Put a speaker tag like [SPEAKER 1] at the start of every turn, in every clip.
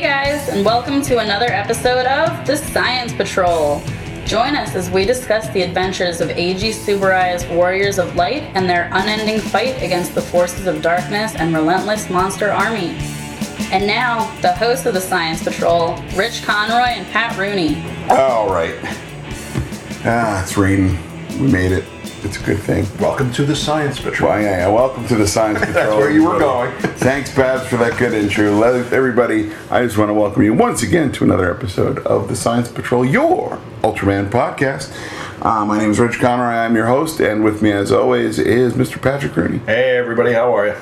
[SPEAKER 1] and welcome to another episode of The Science Patrol. Join us as we discuss the adventures of A.G. Subarai's Warriors of Light and their unending fight against the forces of darkness and relentless monster army. And now, the hosts of The Science Patrol, Rich Conroy and Pat Rooney.
[SPEAKER 2] All right. Ah, it's raining. We made it. It's a good thing.
[SPEAKER 3] Welcome to the Science Patrol.
[SPEAKER 2] Well, yeah, yeah. Welcome to the Science Patrol.
[SPEAKER 3] where you were
[SPEAKER 2] everybody.
[SPEAKER 3] going.
[SPEAKER 2] Thanks, Babs, for that good intro. Let- Everybody, I just want to welcome you once again to another episode of the Science Patrol, your Ultraman podcast. Uh, my name is Rich Conroy. I'm your host, and with me, as always, is Mr. Patrick Rooney.
[SPEAKER 3] Hey, everybody, how are you?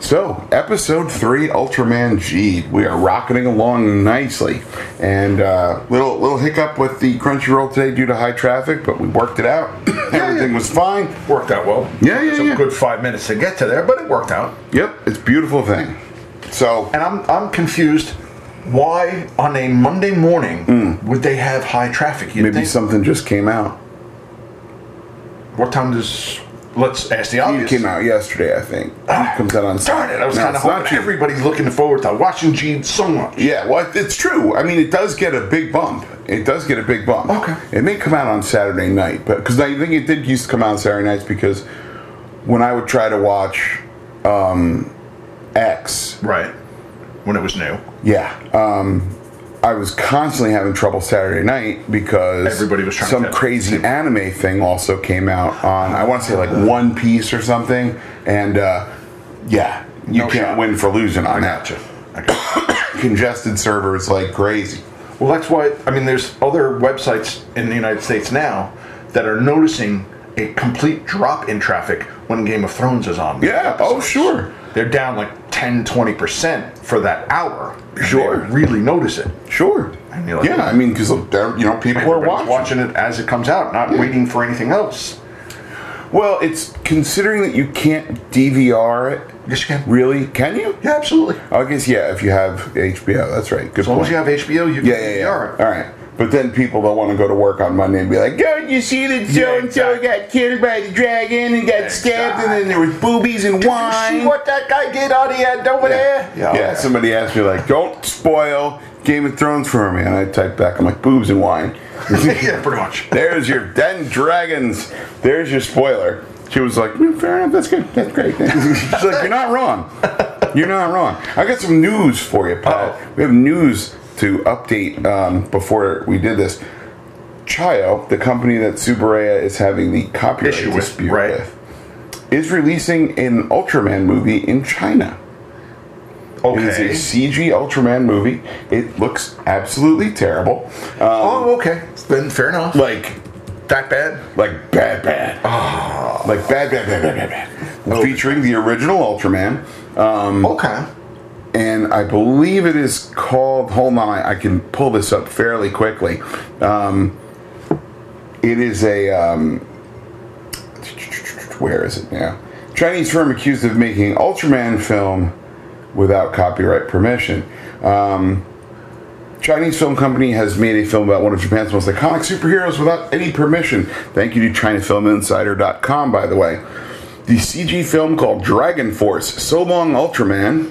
[SPEAKER 2] So, episode three, Ultraman G. We are rocketing along nicely, and uh, little little hiccup with the Crunchyroll today due to high traffic, but we worked it out. Everything was fine.
[SPEAKER 3] Worked out well.
[SPEAKER 2] Yeah, yeah,
[SPEAKER 3] Took
[SPEAKER 2] yeah.
[SPEAKER 3] a good five minutes to get to there, but it worked out.
[SPEAKER 2] Yep, it's a beautiful thing. So,
[SPEAKER 3] And I'm I'm confused. Why on a Monday morning would they have high traffic?
[SPEAKER 2] Hmm.
[SPEAKER 3] You
[SPEAKER 2] maybe
[SPEAKER 3] think?
[SPEAKER 2] something just came out.
[SPEAKER 3] What time does? Let's ask the
[SPEAKER 2] It
[SPEAKER 3] audience.
[SPEAKER 2] came out yesterday, I think. It comes out on
[SPEAKER 3] Ah, Darn it! I was
[SPEAKER 2] No,
[SPEAKER 3] kind of
[SPEAKER 2] it's not
[SPEAKER 3] hoping
[SPEAKER 2] cheap.
[SPEAKER 3] everybody's looking forward to watching Gene so much.
[SPEAKER 2] Yeah, well, it's true. I mean, it does get a big bump. It does get a big bump.
[SPEAKER 3] Okay.
[SPEAKER 2] It may come out on Saturday night, but because I think it did used to come out on Saturday nights because when I would try to watch um, X,
[SPEAKER 3] Right. When it was new,
[SPEAKER 2] yeah, um, I was constantly having trouble Saturday night because
[SPEAKER 3] Everybody was trying to
[SPEAKER 2] some
[SPEAKER 3] catch-
[SPEAKER 2] crazy anime thing also came out on I want to say like One Piece or something, and uh, yeah, you
[SPEAKER 3] No
[SPEAKER 2] can't
[SPEAKER 3] shot.
[SPEAKER 2] win for losing on that.
[SPEAKER 3] gotcha. I gotcha.
[SPEAKER 2] Congested servers like crazy.
[SPEAKER 3] Well, that's why. I mean, there's other websites in the United States now that are noticing a complete drop in traffic when Game of Thrones is on.
[SPEAKER 2] Yeah. Oh, sure.
[SPEAKER 3] They're down like 10, 20% for that hour. And
[SPEAKER 2] Sure.
[SPEAKER 3] They really notice it.
[SPEAKER 2] Sure.
[SPEAKER 3] And you're like-
[SPEAKER 2] yeah, I mean, because you know people are
[SPEAKER 3] Everybody's
[SPEAKER 2] watching.
[SPEAKER 3] watching it as it comes out, not waiting for anything else.
[SPEAKER 2] Well, it's considering that you can't DVR it.
[SPEAKER 3] Yes, you can.
[SPEAKER 2] Really? Can you?
[SPEAKER 3] Yeah, absolutely.
[SPEAKER 2] I guess yeah. If you have HBO, that's right. Good
[SPEAKER 3] As long
[SPEAKER 2] point.
[SPEAKER 3] as you have HBO, you can
[SPEAKER 2] yeah, yeah, yeah.
[SPEAKER 3] DVR it.
[SPEAKER 2] All right. But then people don't want to go to work on Monday and be like, "Yo, did you see that so and so
[SPEAKER 3] exactly.
[SPEAKER 2] got killed by the dragon and got stabbed, and then there was boobies and wine."
[SPEAKER 3] You see what that guy did on the end over
[SPEAKER 2] yeah.
[SPEAKER 3] there?
[SPEAKER 2] Yeah, somebody asked me like, "Don't spoil Game of Thrones for me," and I typed back, "I'm like boobs and wine."
[SPEAKER 3] yeah, pretty much.
[SPEAKER 2] There's your den dragons. There's your spoiler. She was like, "Mm, fair enough. That's good. That's great. She's like, you're not wrong. You're not wrong. I got some news for you, Pat.
[SPEAKER 3] Uh-oh.
[SPEAKER 2] We have news to update um, before we did this. Chayo, the company that Subaraya is having the copyright
[SPEAKER 3] Issue with,
[SPEAKER 2] dispute
[SPEAKER 3] right.
[SPEAKER 2] with, is releasing an Ultraman movie in China. It
[SPEAKER 3] Okay.
[SPEAKER 2] is a CG Ultraman movie. It looks absolutely terrible. Um,
[SPEAKER 3] oh, okay. Then fair enough.
[SPEAKER 2] like
[SPEAKER 3] that bad?
[SPEAKER 2] like bad, bad, like bad, bad, bad, bad, bad, bad.
[SPEAKER 3] Oh.
[SPEAKER 2] Featuring the original Ultraman, um,
[SPEAKER 3] Okay.
[SPEAKER 2] and I believe it is called. Hold on, I, I can pull this up fairly quickly. Um, it is a. Um, where is it now? Chinese firm accused of making Ultraman film without copyright permission. Um, Chinese film company has made a film about one of Japan's most iconic superheroes without any permission. Thank you to ChinaFilmInsider.com, by the way. The CG film called Dragon Force, So Long Ultraman,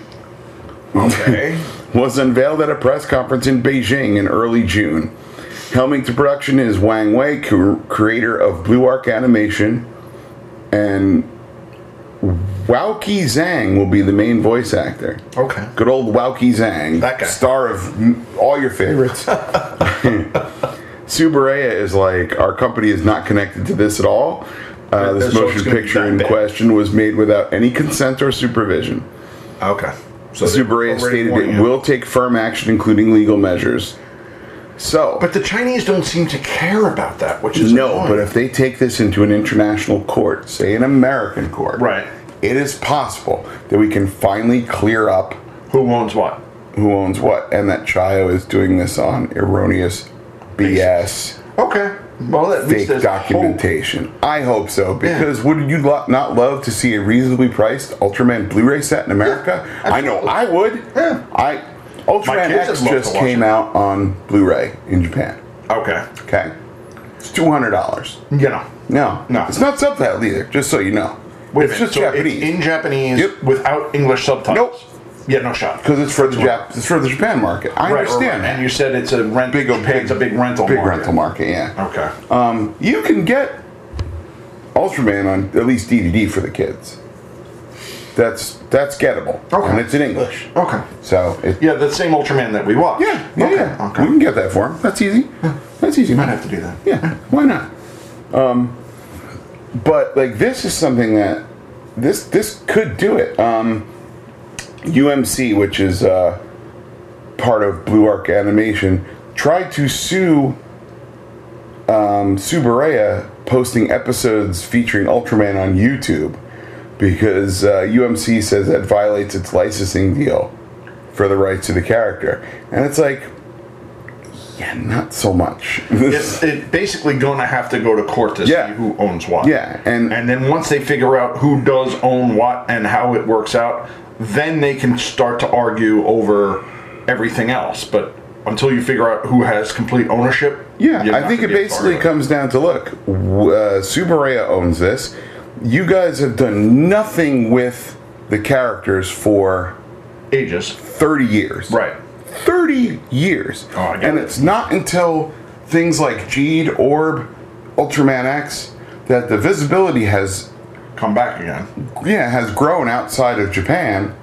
[SPEAKER 3] Okay.
[SPEAKER 2] was unveiled at a press conference in Beijing in early June. Helming to production is Wang Wei, cr- creator of Blue Arc Animation, and Wauki Zhang will be the main voice actor.
[SPEAKER 3] okay.
[SPEAKER 2] Good old Wauki Zhang,
[SPEAKER 3] That guy.
[SPEAKER 2] star of m- all your favorites. Subaraya is like, our company is not connected to this at all. Uh, this
[SPEAKER 3] So it's
[SPEAKER 2] motion
[SPEAKER 3] gonna be
[SPEAKER 2] picture
[SPEAKER 3] that
[SPEAKER 2] in
[SPEAKER 3] bad.
[SPEAKER 2] question was made without any consent or supervision.
[SPEAKER 3] Okay. So they
[SPEAKER 2] Subaraya
[SPEAKER 3] already
[SPEAKER 2] stated
[SPEAKER 3] warned
[SPEAKER 2] it
[SPEAKER 3] you.
[SPEAKER 2] will take firm action, including legal measures. So,
[SPEAKER 3] But the Chinese don't seem to care about that, which is
[SPEAKER 2] no,
[SPEAKER 3] annoying.
[SPEAKER 2] but if they take this into an international court, say an American court,
[SPEAKER 3] Right.
[SPEAKER 2] it is possible that we can finally clear up
[SPEAKER 3] who owns what?
[SPEAKER 2] who owns what and that Chayo is doing this on erroneous BS
[SPEAKER 3] Okay. Well, at least
[SPEAKER 2] fake
[SPEAKER 3] there's
[SPEAKER 2] documentation. I hope so because would you lo- not love to see a reasonably priced Ultraman Blu-ray set in America? I know
[SPEAKER 3] absolutely.
[SPEAKER 2] I would.
[SPEAKER 3] Yeah.
[SPEAKER 2] I
[SPEAKER 3] My
[SPEAKER 2] Ultraman
[SPEAKER 3] kids
[SPEAKER 2] X
[SPEAKER 3] would love to
[SPEAKER 2] just
[SPEAKER 3] watch
[SPEAKER 2] came
[SPEAKER 3] it.
[SPEAKER 2] out on Blu-ray in Japan.
[SPEAKER 3] Hope. Okay.
[SPEAKER 2] Okay, it's two hundred dollars.
[SPEAKER 3] You know.
[SPEAKER 2] No,
[SPEAKER 3] No.
[SPEAKER 2] it's not subtitled either. Just so you know,
[SPEAKER 3] Wait
[SPEAKER 2] it's
[SPEAKER 3] a minute.
[SPEAKER 2] just
[SPEAKER 3] so
[SPEAKER 2] Japanese.
[SPEAKER 3] It's in Japanese
[SPEAKER 2] Yep.
[SPEAKER 3] without English subtitles.
[SPEAKER 2] nope.
[SPEAKER 3] Yeah, no shot.
[SPEAKER 2] because it's for the Jap- it's for the Japan market. I
[SPEAKER 3] Right, right,
[SPEAKER 2] understand
[SPEAKER 3] right.
[SPEAKER 2] that.
[SPEAKER 3] And you said it's a rent.
[SPEAKER 2] big,
[SPEAKER 3] It's a big rental.
[SPEAKER 2] big
[SPEAKER 3] market.
[SPEAKER 2] rental market. Yeah.
[SPEAKER 3] Okay.
[SPEAKER 2] Um, you can get Ultraman on at least DVD for the kids. That's that's gettable,
[SPEAKER 3] Okay.
[SPEAKER 2] and it's in English.
[SPEAKER 3] Okay.
[SPEAKER 2] So it,
[SPEAKER 3] Yeah, the same Ultraman that we watched.
[SPEAKER 2] yeah, yeah,
[SPEAKER 3] okay.
[SPEAKER 2] yeah.
[SPEAKER 3] Okay.
[SPEAKER 2] we can get that for them. That's easy. That's easy.
[SPEAKER 3] might have to do that.
[SPEAKER 2] Yeah, why not? Um, but like this is something that this this could do it. Um, UMC, which is uh, part of Blue Arc Animation, tried to sue um, Subaraya posting episodes featuring Ultraman on YouTube because uh, UMC says that violates its licensing deal for the rights to the character, and it's like. Yeah, not so much.
[SPEAKER 3] It's it basically going to have to go to court to
[SPEAKER 2] Yeah.
[SPEAKER 3] see who owns what.
[SPEAKER 2] Yeah, and-
[SPEAKER 3] and then once they figure out who does own what and how it works out, then they can start to argue over everything else. But until you figure out who has complete ownership,
[SPEAKER 2] Yeah,
[SPEAKER 3] you're
[SPEAKER 2] I
[SPEAKER 3] not
[SPEAKER 2] think it
[SPEAKER 3] gonna be able to
[SPEAKER 2] basically
[SPEAKER 3] argue it.
[SPEAKER 2] comes down to look, w- uh, Subaraya owns this. You guys have done nothing with the characters for
[SPEAKER 3] ages,
[SPEAKER 2] 30 years.
[SPEAKER 3] right?
[SPEAKER 2] 30 years.
[SPEAKER 3] Oh, I get
[SPEAKER 2] and
[SPEAKER 3] it.
[SPEAKER 2] it's not until things like Jade, Orb, Ultraman X that the visibility has
[SPEAKER 3] Come back again.
[SPEAKER 2] yeah, has grown outside of Japan,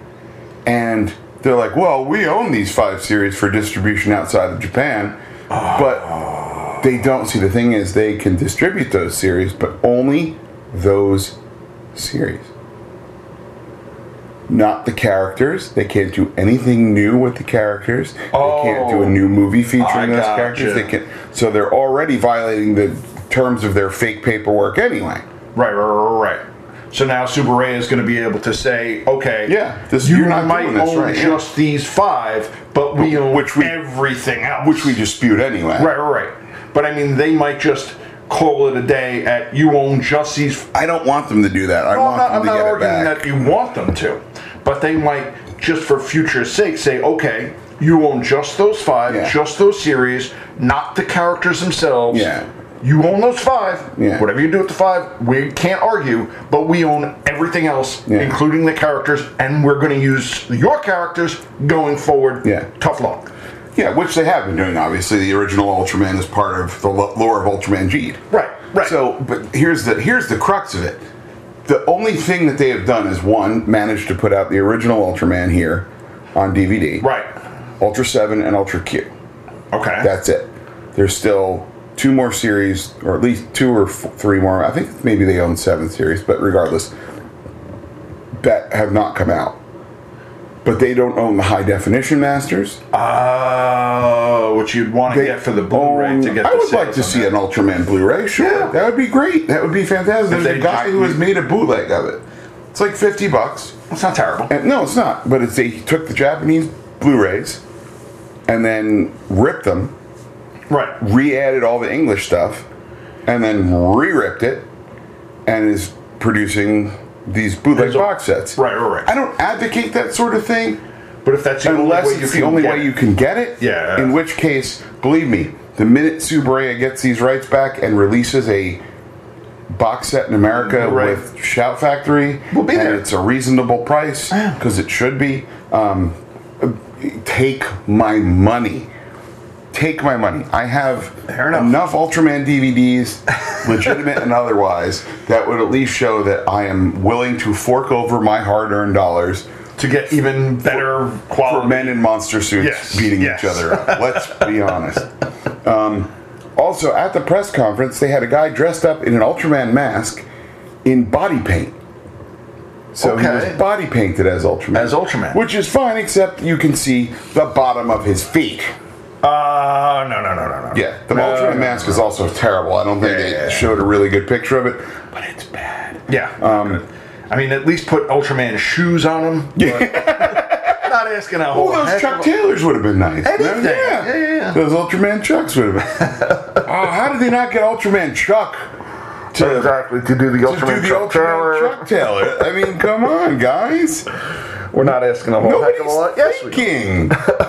[SPEAKER 2] and they're like, well, we own these five series for distribution outside of Japan, but they don't see the thing is they can distribute those series, but only those series. Not the characters. They can't do anything new with the characters. They can't do a
[SPEAKER 3] Oh.
[SPEAKER 2] new movie featuring
[SPEAKER 3] I
[SPEAKER 2] those
[SPEAKER 3] gotcha.
[SPEAKER 2] characters. They can, so they're already violating the terms of their fake paperwork anyway.
[SPEAKER 3] Right, right, right, right. So now Subaru is going to be able to say, okay,
[SPEAKER 2] Yeah, this-
[SPEAKER 3] you
[SPEAKER 2] you're not
[SPEAKER 3] might
[SPEAKER 2] doing this,
[SPEAKER 3] own
[SPEAKER 2] right, yeah.
[SPEAKER 3] just these five, but we own
[SPEAKER 2] Which we-
[SPEAKER 3] everything else,
[SPEAKER 2] Which we dispute anyway.
[SPEAKER 3] Right, right, right. But I mean, they might just call it a day at you own just these. F-
[SPEAKER 2] I don't want them to do that. I
[SPEAKER 3] no, I'm
[SPEAKER 2] want
[SPEAKER 3] not,
[SPEAKER 2] them
[SPEAKER 3] I'm
[SPEAKER 2] to
[SPEAKER 3] not
[SPEAKER 2] get it
[SPEAKER 3] arguing
[SPEAKER 2] back.
[SPEAKER 3] that you want them to, but they might just for future's sake say, okay, you own just those five,
[SPEAKER 2] Yeah.
[SPEAKER 3] just those series, not the characters themselves.
[SPEAKER 2] Yeah.
[SPEAKER 3] You own those five.
[SPEAKER 2] Yeah.
[SPEAKER 3] Whatever you do with the five, we can't argue, but we own everything else,
[SPEAKER 2] Yeah.
[SPEAKER 3] including the characters, and we're going to use your characters going forward.
[SPEAKER 2] Yeah.
[SPEAKER 3] Tough luck.
[SPEAKER 2] Yeah, which they have been doing. Obviously, the original Ultraman is part of the lo- lore of Ultraman Jeed.
[SPEAKER 3] Right, right.
[SPEAKER 2] So, but here's the here's the crux of it. The only thing that they have done is one managed to put out the original Ultraman here on DVD,
[SPEAKER 3] Right.
[SPEAKER 2] Ultra Seven and Ultra Q.
[SPEAKER 3] Okay.
[SPEAKER 2] That's it. There's still two more series, or at least two or f- three more. I think maybe they own seven series, but regardless, that have not come out. But they don't own the high definition masters.
[SPEAKER 3] Oh, which you'd want to
[SPEAKER 2] They
[SPEAKER 3] get for the Blu-ray
[SPEAKER 2] own-
[SPEAKER 3] to get.
[SPEAKER 2] I
[SPEAKER 3] the
[SPEAKER 2] would like
[SPEAKER 3] sales
[SPEAKER 2] to
[SPEAKER 3] on
[SPEAKER 2] see
[SPEAKER 3] that.
[SPEAKER 2] an Ultraman Blu-ray. Sure,
[SPEAKER 3] Yeah.
[SPEAKER 2] that would be great. That would be fantastic.
[SPEAKER 3] If
[SPEAKER 2] There's a
[SPEAKER 3] they
[SPEAKER 2] guy
[SPEAKER 3] just-
[SPEAKER 2] who has made a bootleg of it. It's like fifty bucks.
[SPEAKER 3] It's not terrible.
[SPEAKER 2] And no, it's not. But it's they took the Japanese Blu-rays and then ripped them,
[SPEAKER 3] right.
[SPEAKER 2] re-added all the English stuff, and then re-ripped it, and is producing these bootleg
[SPEAKER 3] There's a-
[SPEAKER 2] box sets.
[SPEAKER 3] Right, right, right.
[SPEAKER 2] I don't advocate that sort of thing
[SPEAKER 3] But if that's the
[SPEAKER 2] unless
[SPEAKER 3] only way you
[SPEAKER 2] it's
[SPEAKER 3] can
[SPEAKER 2] the only
[SPEAKER 3] get
[SPEAKER 2] way
[SPEAKER 3] it-
[SPEAKER 2] you can get it.
[SPEAKER 3] Yeah.
[SPEAKER 2] In which case, believe me, the minute Subaraya gets these rights back and releases a box set in America
[SPEAKER 3] Mm, Right.
[SPEAKER 2] with Shout Factory,
[SPEAKER 3] We'll be
[SPEAKER 2] and
[SPEAKER 3] there.
[SPEAKER 2] it's a reasonable price because it should be. Um, take my money. Take my money. I have
[SPEAKER 3] Fair enough.
[SPEAKER 2] Ultraman DVDs, legitimate and otherwise, that would at least show that I am willing to fork over my hard-earned dollars
[SPEAKER 3] to get even better
[SPEAKER 2] for
[SPEAKER 3] quality.
[SPEAKER 2] men in monster suits
[SPEAKER 3] Yes,
[SPEAKER 2] beating
[SPEAKER 3] yes.
[SPEAKER 2] each other up. Let's be honest. Um, also, at the press conference, they had a guy dressed up in an Ultraman mask in body paint. So he
[SPEAKER 3] Okay.
[SPEAKER 2] was body painted as Ultraman.
[SPEAKER 3] As Ultraman.
[SPEAKER 2] Which is fine, except you can see the bottom of his feet.
[SPEAKER 3] Uh, no, no, no, no, no.
[SPEAKER 2] Yeah, the
[SPEAKER 3] no,
[SPEAKER 2] Ultraman
[SPEAKER 3] no,
[SPEAKER 2] mask is also terrible. I don't think
[SPEAKER 3] Yeah,
[SPEAKER 2] they
[SPEAKER 3] yeah, yeah.
[SPEAKER 2] showed a really good picture of it, but it's bad.
[SPEAKER 3] Yeah. Um, I mean, at least put Ultraman shoes on them. Yeah. not asking a whole.
[SPEAKER 2] Oh, those
[SPEAKER 3] heck
[SPEAKER 2] Chuck
[SPEAKER 3] of a-
[SPEAKER 2] Taylors would have been nice.
[SPEAKER 3] Anything.
[SPEAKER 2] Yeah.
[SPEAKER 3] Yeah, yeah, yeah.
[SPEAKER 2] Those Ultraman Chucks would have been. oh, how did they not get Ultraman Chuck to,
[SPEAKER 3] Exactly to do the
[SPEAKER 2] to do
[SPEAKER 3] Ultraman
[SPEAKER 2] the
[SPEAKER 3] Chuck
[SPEAKER 2] Ultraman Chuck Taylor? I mean, come on, guys.
[SPEAKER 3] We're not asking a whole heck of a lot.
[SPEAKER 2] Nobody's
[SPEAKER 3] Yes, we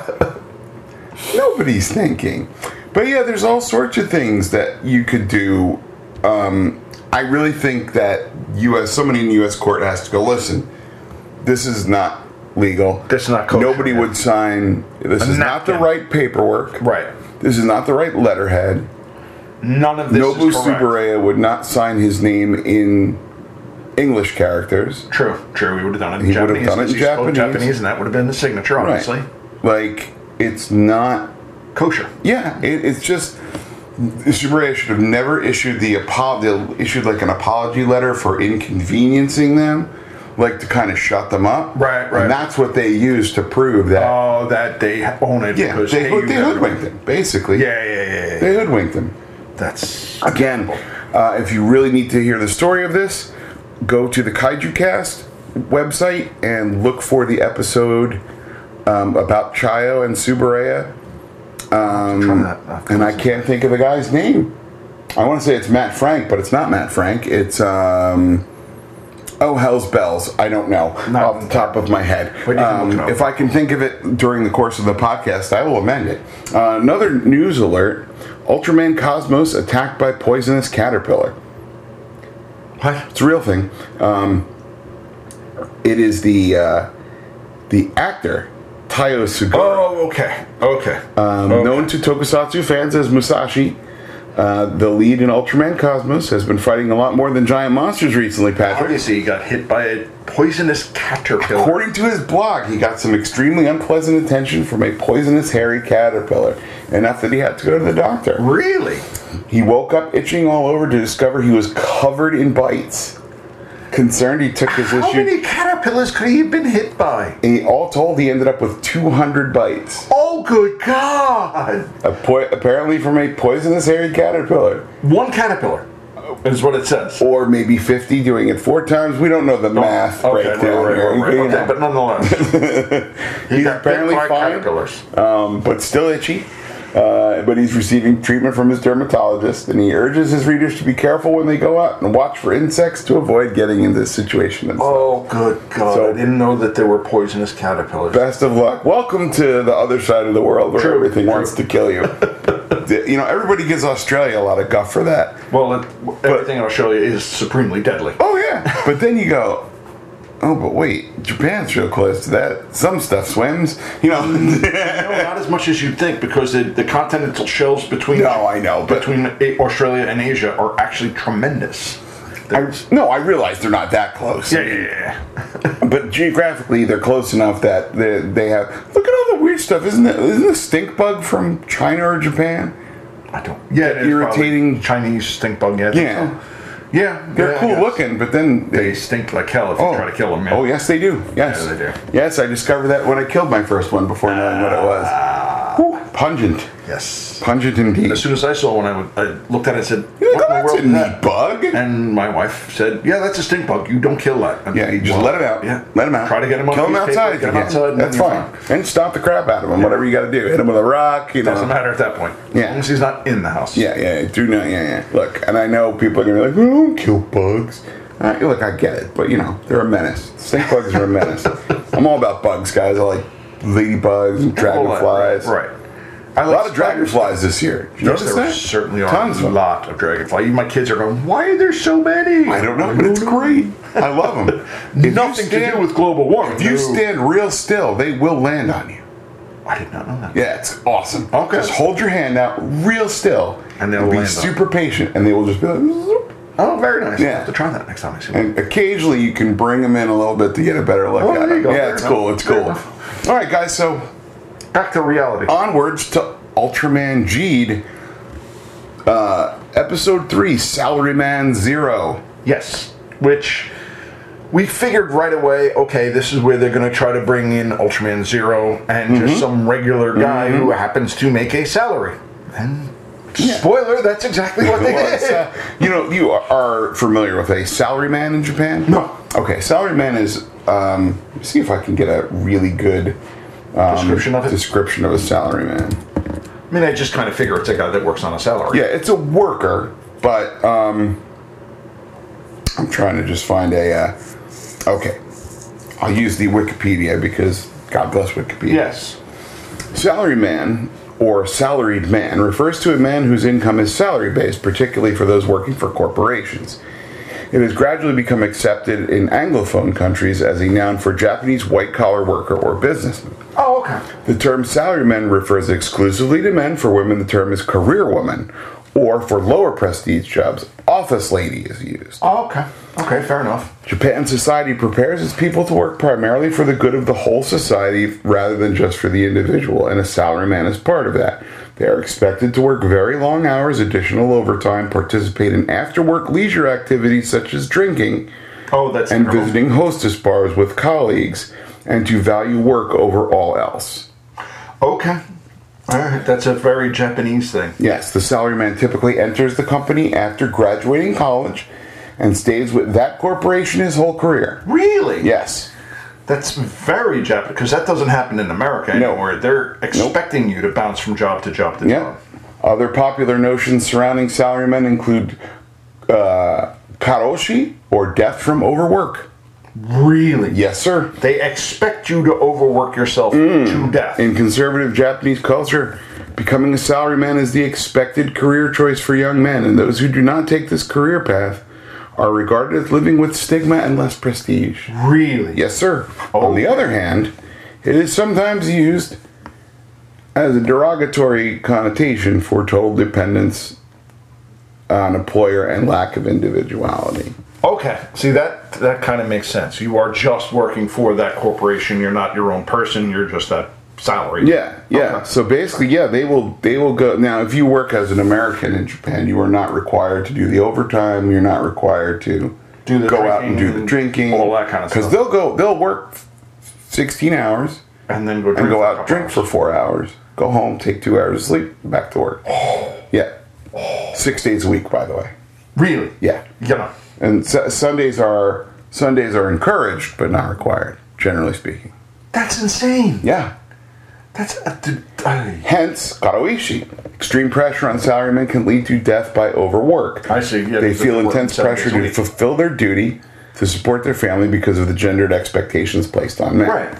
[SPEAKER 2] thinking. Nobody's thinking. But yeah, there's all sorts of things that you could do. Um, I really think that U.S. somebody in U.S. court has to go. Listen, this is not legal.
[SPEAKER 3] That's not kosher,
[SPEAKER 2] Nobody
[SPEAKER 3] yeah.
[SPEAKER 2] would sign. This
[SPEAKER 3] A
[SPEAKER 2] is not the
[SPEAKER 3] napkin.
[SPEAKER 2] right paperwork.
[SPEAKER 3] Right.
[SPEAKER 2] This is not the right letterhead.
[SPEAKER 3] None of this
[SPEAKER 2] Nobu
[SPEAKER 3] is correct.
[SPEAKER 2] Subaraya would not sign his name in English characters.
[SPEAKER 3] True, true. We would have done it in
[SPEAKER 2] He would have
[SPEAKER 3] Japanese.
[SPEAKER 2] done it in
[SPEAKER 3] since he spoke
[SPEAKER 2] Japanese.
[SPEAKER 3] Japanese, and that would have been the signature, obviously.
[SPEAKER 2] Like it's not.
[SPEAKER 3] Kosher.
[SPEAKER 2] Yeah, it, it's just Subaraya should have never issued the apology. Issued like an apology letter for inconveniencing them, like to kind of shut them up.
[SPEAKER 3] Right, right.
[SPEAKER 2] And that's what they used to prove that.
[SPEAKER 3] Oh, that they own it
[SPEAKER 2] yeah,
[SPEAKER 3] because
[SPEAKER 2] they,
[SPEAKER 3] hey,
[SPEAKER 2] hood-
[SPEAKER 3] you
[SPEAKER 2] they
[SPEAKER 3] have-
[SPEAKER 2] hoodwinked them basically.
[SPEAKER 3] Yeah, yeah, yeah. yeah, yeah.
[SPEAKER 2] they hoodwinked them.
[SPEAKER 3] That's
[SPEAKER 2] Again, uh, if you really need to hear the story of this, go to the Kaiju Cast website and look for the episode um, about Chayo and Subaraya.
[SPEAKER 3] trying to-
[SPEAKER 2] And I can't think of the guy's name. I want to say it's Matt Frank, but it's not Matt Frank. It's um, oh hell's bells. I don't know
[SPEAKER 3] Not-
[SPEAKER 2] off the top of my head.
[SPEAKER 3] But you can
[SPEAKER 2] Um,
[SPEAKER 3] look it up.
[SPEAKER 2] if I can think of it during the course of the podcast, I will amend it. Uh, another news alert: Ultraman Cosmos attacked by poisonous caterpillar.
[SPEAKER 3] what?
[SPEAKER 2] It's a real thing. Um, it is the uh, the actor Tayo Sugara.
[SPEAKER 3] Oh, okay, okay.
[SPEAKER 2] Um, Known to tokusatsu fans as Musashi, uh, the lead in Ultraman Cosmos has been fighting a lot more than giant monsters recently, Patrick.
[SPEAKER 3] Obviously, he got hit by a poisonous caterpillar.
[SPEAKER 2] According to his blog, he got some extremely unpleasant attention from a poisonous hairy caterpillar, enough that he had to go to the doctor.
[SPEAKER 3] really?
[SPEAKER 2] He woke up itching all over to discover he was covered in bites. Concerned, he took his
[SPEAKER 3] How
[SPEAKER 2] issue.
[SPEAKER 3] many caterpillars could he have been hit by?
[SPEAKER 2] he, all told, he ended up with 200 bites,
[SPEAKER 3] Oh, good God!
[SPEAKER 2] a po- apparently from a poisonous hairy caterpillar.
[SPEAKER 3] One caterpillar Uh, is what it says.
[SPEAKER 2] or maybe 50 doing it four times. We don't know the math
[SPEAKER 3] Oh, okay,
[SPEAKER 2] breakdown.
[SPEAKER 3] right,
[SPEAKER 2] or
[SPEAKER 3] right, right,
[SPEAKER 2] anything,
[SPEAKER 3] right. Okay, but nonetheless, he
[SPEAKER 2] he's
[SPEAKER 3] got
[SPEAKER 2] apparently
[SPEAKER 3] bit by
[SPEAKER 2] fine,
[SPEAKER 3] caterpillars.
[SPEAKER 2] um, but still itchy. Uh, but he's receiving treatment from his dermatologist, and he urges his readers to be careful when they go out and watch for insects to avoid getting in this situation. And
[SPEAKER 3] Oh, good God!
[SPEAKER 2] So-
[SPEAKER 3] I didn't know that there were poisonous caterpillars.
[SPEAKER 2] Best of luck. Welcome to the other side of the world where
[SPEAKER 3] True,
[SPEAKER 2] everything
[SPEAKER 3] true.
[SPEAKER 2] wants to kill you. you know, everybody gives Australia a lot of guff for that.
[SPEAKER 3] well, it, everything I'll show you is supremely deadly.
[SPEAKER 2] Oh yeah, but then you go. Oh, but wait, Japan's real close to that. Some stuff swims, you know.
[SPEAKER 3] No, not as much as you'd think because the, the continental shelves between
[SPEAKER 2] No, I know, but-
[SPEAKER 3] between A- Australia and Asia are actually tremendous.
[SPEAKER 2] I, no, I realize they're not that close.
[SPEAKER 3] Yeah, yeah, yeah.
[SPEAKER 2] But geographically, they're close enough that they, they have. Look at all the weird stuff. Isn't it? Isn't the stink bug from China or Japan?
[SPEAKER 3] I don't. Yeah, it's
[SPEAKER 2] irritating-
[SPEAKER 3] probably Chinese stink bug. Yeah, I think
[SPEAKER 2] Yeah.
[SPEAKER 3] so. yeah.
[SPEAKER 2] They're
[SPEAKER 3] yeah, I
[SPEAKER 2] cool
[SPEAKER 3] guess.
[SPEAKER 2] looking, but then
[SPEAKER 3] They stink like hell if you try to kill them.
[SPEAKER 2] Oh yes, they do. Yes,
[SPEAKER 3] Yeah, they do.
[SPEAKER 2] Yes, I discovered that when I killed my first one before knowing what it was.
[SPEAKER 3] Ah.
[SPEAKER 2] Whew, pungent,
[SPEAKER 3] Yes.
[SPEAKER 2] pungent indeed.
[SPEAKER 3] As soon as I saw one, I, would, I looked at it and said,
[SPEAKER 2] You're
[SPEAKER 3] "What
[SPEAKER 2] like,
[SPEAKER 3] in
[SPEAKER 2] oh,
[SPEAKER 3] the world
[SPEAKER 2] that's a
[SPEAKER 3] is that?"
[SPEAKER 2] neat bug.
[SPEAKER 3] And my wife said, "Yeah, that's a stink bug. You don't kill that." And-
[SPEAKER 2] Yeah, you just
[SPEAKER 3] well,
[SPEAKER 2] let him out.
[SPEAKER 3] Yeah,
[SPEAKER 2] let him out.
[SPEAKER 3] Try to get him on
[SPEAKER 2] Kill him
[SPEAKER 3] newspaper,
[SPEAKER 2] outside.
[SPEAKER 3] Get him
[SPEAKER 2] again.
[SPEAKER 3] outside. and
[SPEAKER 2] That's
[SPEAKER 3] then you're
[SPEAKER 2] fine. And stop the crap out of him. Whatever you got to do, hit him with a rock. You
[SPEAKER 3] Doesn't
[SPEAKER 2] know.
[SPEAKER 3] matter at that point.
[SPEAKER 2] Uh, Yeah.
[SPEAKER 3] As long as he's not in the house.
[SPEAKER 2] Yeah, yeah. yeah. Do not. Yeah, yeah. Look, and I know people are gonna be like, "We don't kill bugs." Uh, look, I get it, but you know they're a menace. Stink bugs are a menace. I'm all about bugs, guys. I like ladybugs and dragonflies.
[SPEAKER 3] Right.
[SPEAKER 2] A lot of dragonflies this year. Did you
[SPEAKER 3] Yes,
[SPEAKER 2] notice
[SPEAKER 3] there
[SPEAKER 2] that?
[SPEAKER 3] certainly are
[SPEAKER 2] Tons of
[SPEAKER 3] a
[SPEAKER 2] them.
[SPEAKER 3] lot of dragonfly. My kids are going, why are there so many?
[SPEAKER 2] I don't know, but it's great. I love them.
[SPEAKER 3] Nothing to do with global warming.
[SPEAKER 2] If you
[SPEAKER 3] No.
[SPEAKER 2] stand real still, they will land on you.
[SPEAKER 3] I did not know that.
[SPEAKER 2] Yeah, it's awesome.
[SPEAKER 3] Okay.
[SPEAKER 2] Just hold your hand out real still.
[SPEAKER 3] And they'll
[SPEAKER 2] be
[SPEAKER 3] land on
[SPEAKER 2] super patient and they will just be like, "Zoop."
[SPEAKER 3] Oh, very nice.
[SPEAKER 2] Yeah.
[SPEAKER 3] I'll have to try that next time I see one.
[SPEAKER 2] and occasionally you can bring them in a little bit to get a better look
[SPEAKER 3] Oh,
[SPEAKER 2] at
[SPEAKER 3] there
[SPEAKER 2] them.
[SPEAKER 3] you go.
[SPEAKER 2] Yeah,
[SPEAKER 3] Fair
[SPEAKER 2] it's
[SPEAKER 3] enough.
[SPEAKER 2] cool. It's
[SPEAKER 3] Fair
[SPEAKER 2] cool.
[SPEAKER 3] enough.
[SPEAKER 2] All right, guys, so
[SPEAKER 3] Back to reality.
[SPEAKER 2] Uh, onwards to Ultraman Geed, uh, episode three, Salaryman Zero.
[SPEAKER 3] Yes, which we figured right away. Okay, this is where they're going to try to bring in Ultraman Zero and
[SPEAKER 2] Mm-hmm.
[SPEAKER 3] just some regular guy who happens to make a salary. And spoiler, that's exactly what they
[SPEAKER 2] Well,
[SPEAKER 3] did.
[SPEAKER 2] it's, uh, you know, you are, are familiar with a salaryman in Japan?
[SPEAKER 3] No.
[SPEAKER 2] Okay, salaryman is. Um, let me see if I can get a really good um,
[SPEAKER 3] Description of it?
[SPEAKER 2] Description of a salaryman.
[SPEAKER 3] I mean, I just kind of figure it's a guy that works on a salary.
[SPEAKER 2] Yeah, it's a worker, but um, I'm trying to just find a. Uh, okay, I'll use the Wikipedia because God bless Wikipedia.
[SPEAKER 3] Yes.
[SPEAKER 2] Salaryman or salaried man refers to a man whose income is salary based, particularly for those working for corporations. It has gradually become accepted in Anglophone countries as a noun for Japanese white collar worker or businessman.
[SPEAKER 3] Oh, okay.
[SPEAKER 2] The term salaryman refers exclusively to men. For women, the term is career woman, or for lower prestige jobs, office lady is used.
[SPEAKER 3] Oh, okay. Okay, fair enough.
[SPEAKER 2] Japan society prepares its people to work primarily for the good of the whole society rather than just for the individual, and a salaryman is part of that. They are expected to work very long hours, additional overtime, participate in after work leisure activities such as drinking,
[SPEAKER 3] Oh, that's
[SPEAKER 2] and
[SPEAKER 3] terrible.
[SPEAKER 2] visiting hostess bars with colleagues, and to value work over all else.
[SPEAKER 3] Okay. All right, that's a very Japanese thing.
[SPEAKER 2] Yes, the salaryman typically enters the company after graduating college and stays with that corporation his whole career.
[SPEAKER 3] Really?
[SPEAKER 2] Yes.
[SPEAKER 3] That's very Japanese because that doesn't happen in America
[SPEAKER 2] No.
[SPEAKER 3] anymore. They're expecting you to bounce from job to job to
[SPEAKER 2] Yep.
[SPEAKER 3] job.
[SPEAKER 2] Other popular notions surrounding salarymen include uh, karoshi or death from overwork.
[SPEAKER 3] Really?
[SPEAKER 2] Yes, sir.
[SPEAKER 3] They expect you to overwork yourself to death.
[SPEAKER 2] Mm. In conservative Japanese culture, becoming a salaryman is the expected career choice for young men, and those who do not take this career path are regarded as living with stigma and less prestige.
[SPEAKER 3] really?
[SPEAKER 2] Yes, sir.
[SPEAKER 3] Oh.
[SPEAKER 2] On the other hand, it is sometimes used as a derogatory connotation for total dependence on employer and lack of individuality.
[SPEAKER 3] Okay. See that that kind of makes sense. You are just working for that corporation. You're not your own person. You're just that salary.
[SPEAKER 2] Yeah, yeah. So basically, yeah, they will they will go now. If you work as an American in Japan, you are not required to do the overtime. You're not required to
[SPEAKER 3] Do the
[SPEAKER 2] go out and do the
[SPEAKER 3] drinking,
[SPEAKER 2] drinking,
[SPEAKER 3] all that kind of
[SPEAKER 2] Because
[SPEAKER 3] stuff.
[SPEAKER 2] they'll go, they'll work sixteen hours
[SPEAKER 3] And then go drink
[SPEAKER 2] and go
[SPEAKER 3] for a
[SPEAKER 2] out
[SPEAKER 3] couple
[SPEAKER 2] drink
[SPEAKER 3] hours.
[SPEAKER 2] for four hours, go home, take two hours of sleep, back to work.
[SPEAKER 3] Oh.
[SPEAKER 2] Yeah, six days a week, by the way.
[SPEAKER 3] Really?
[SPEAKER 2] Yeah,
[SPEAKER 3] Yeah.
[SPEAKER 2] and su- Sundays are Sundays are encouraged but not required, generally speaking.
[SPEAKER 3] That's insane.
[SPEAKER 2] Yeah.
[SPEAKER 3] That's uh, d- I-
[SPEAKER 2] Hence, Karawishi. Extreme pressure on salarymen can lead to death by overwork.
[SPEAKER 3] I see, yeah,
[SPEAKER 2] they
[SPEAKER 3] because
[SPEAKER 2] feel
[SPEAKER 3] they're working
[SPEAKER 2] intense
[SPEAKER 3] seven
[SPEAKER 2] pressure
[SPEAKER 3] days a
[SPEAKER 2] to
[SPEAKER 3] week.
[SPEAKER 2] fulfill their duty to support their family because of the gendered expectations placed on men.
[SPEAKER 3] right.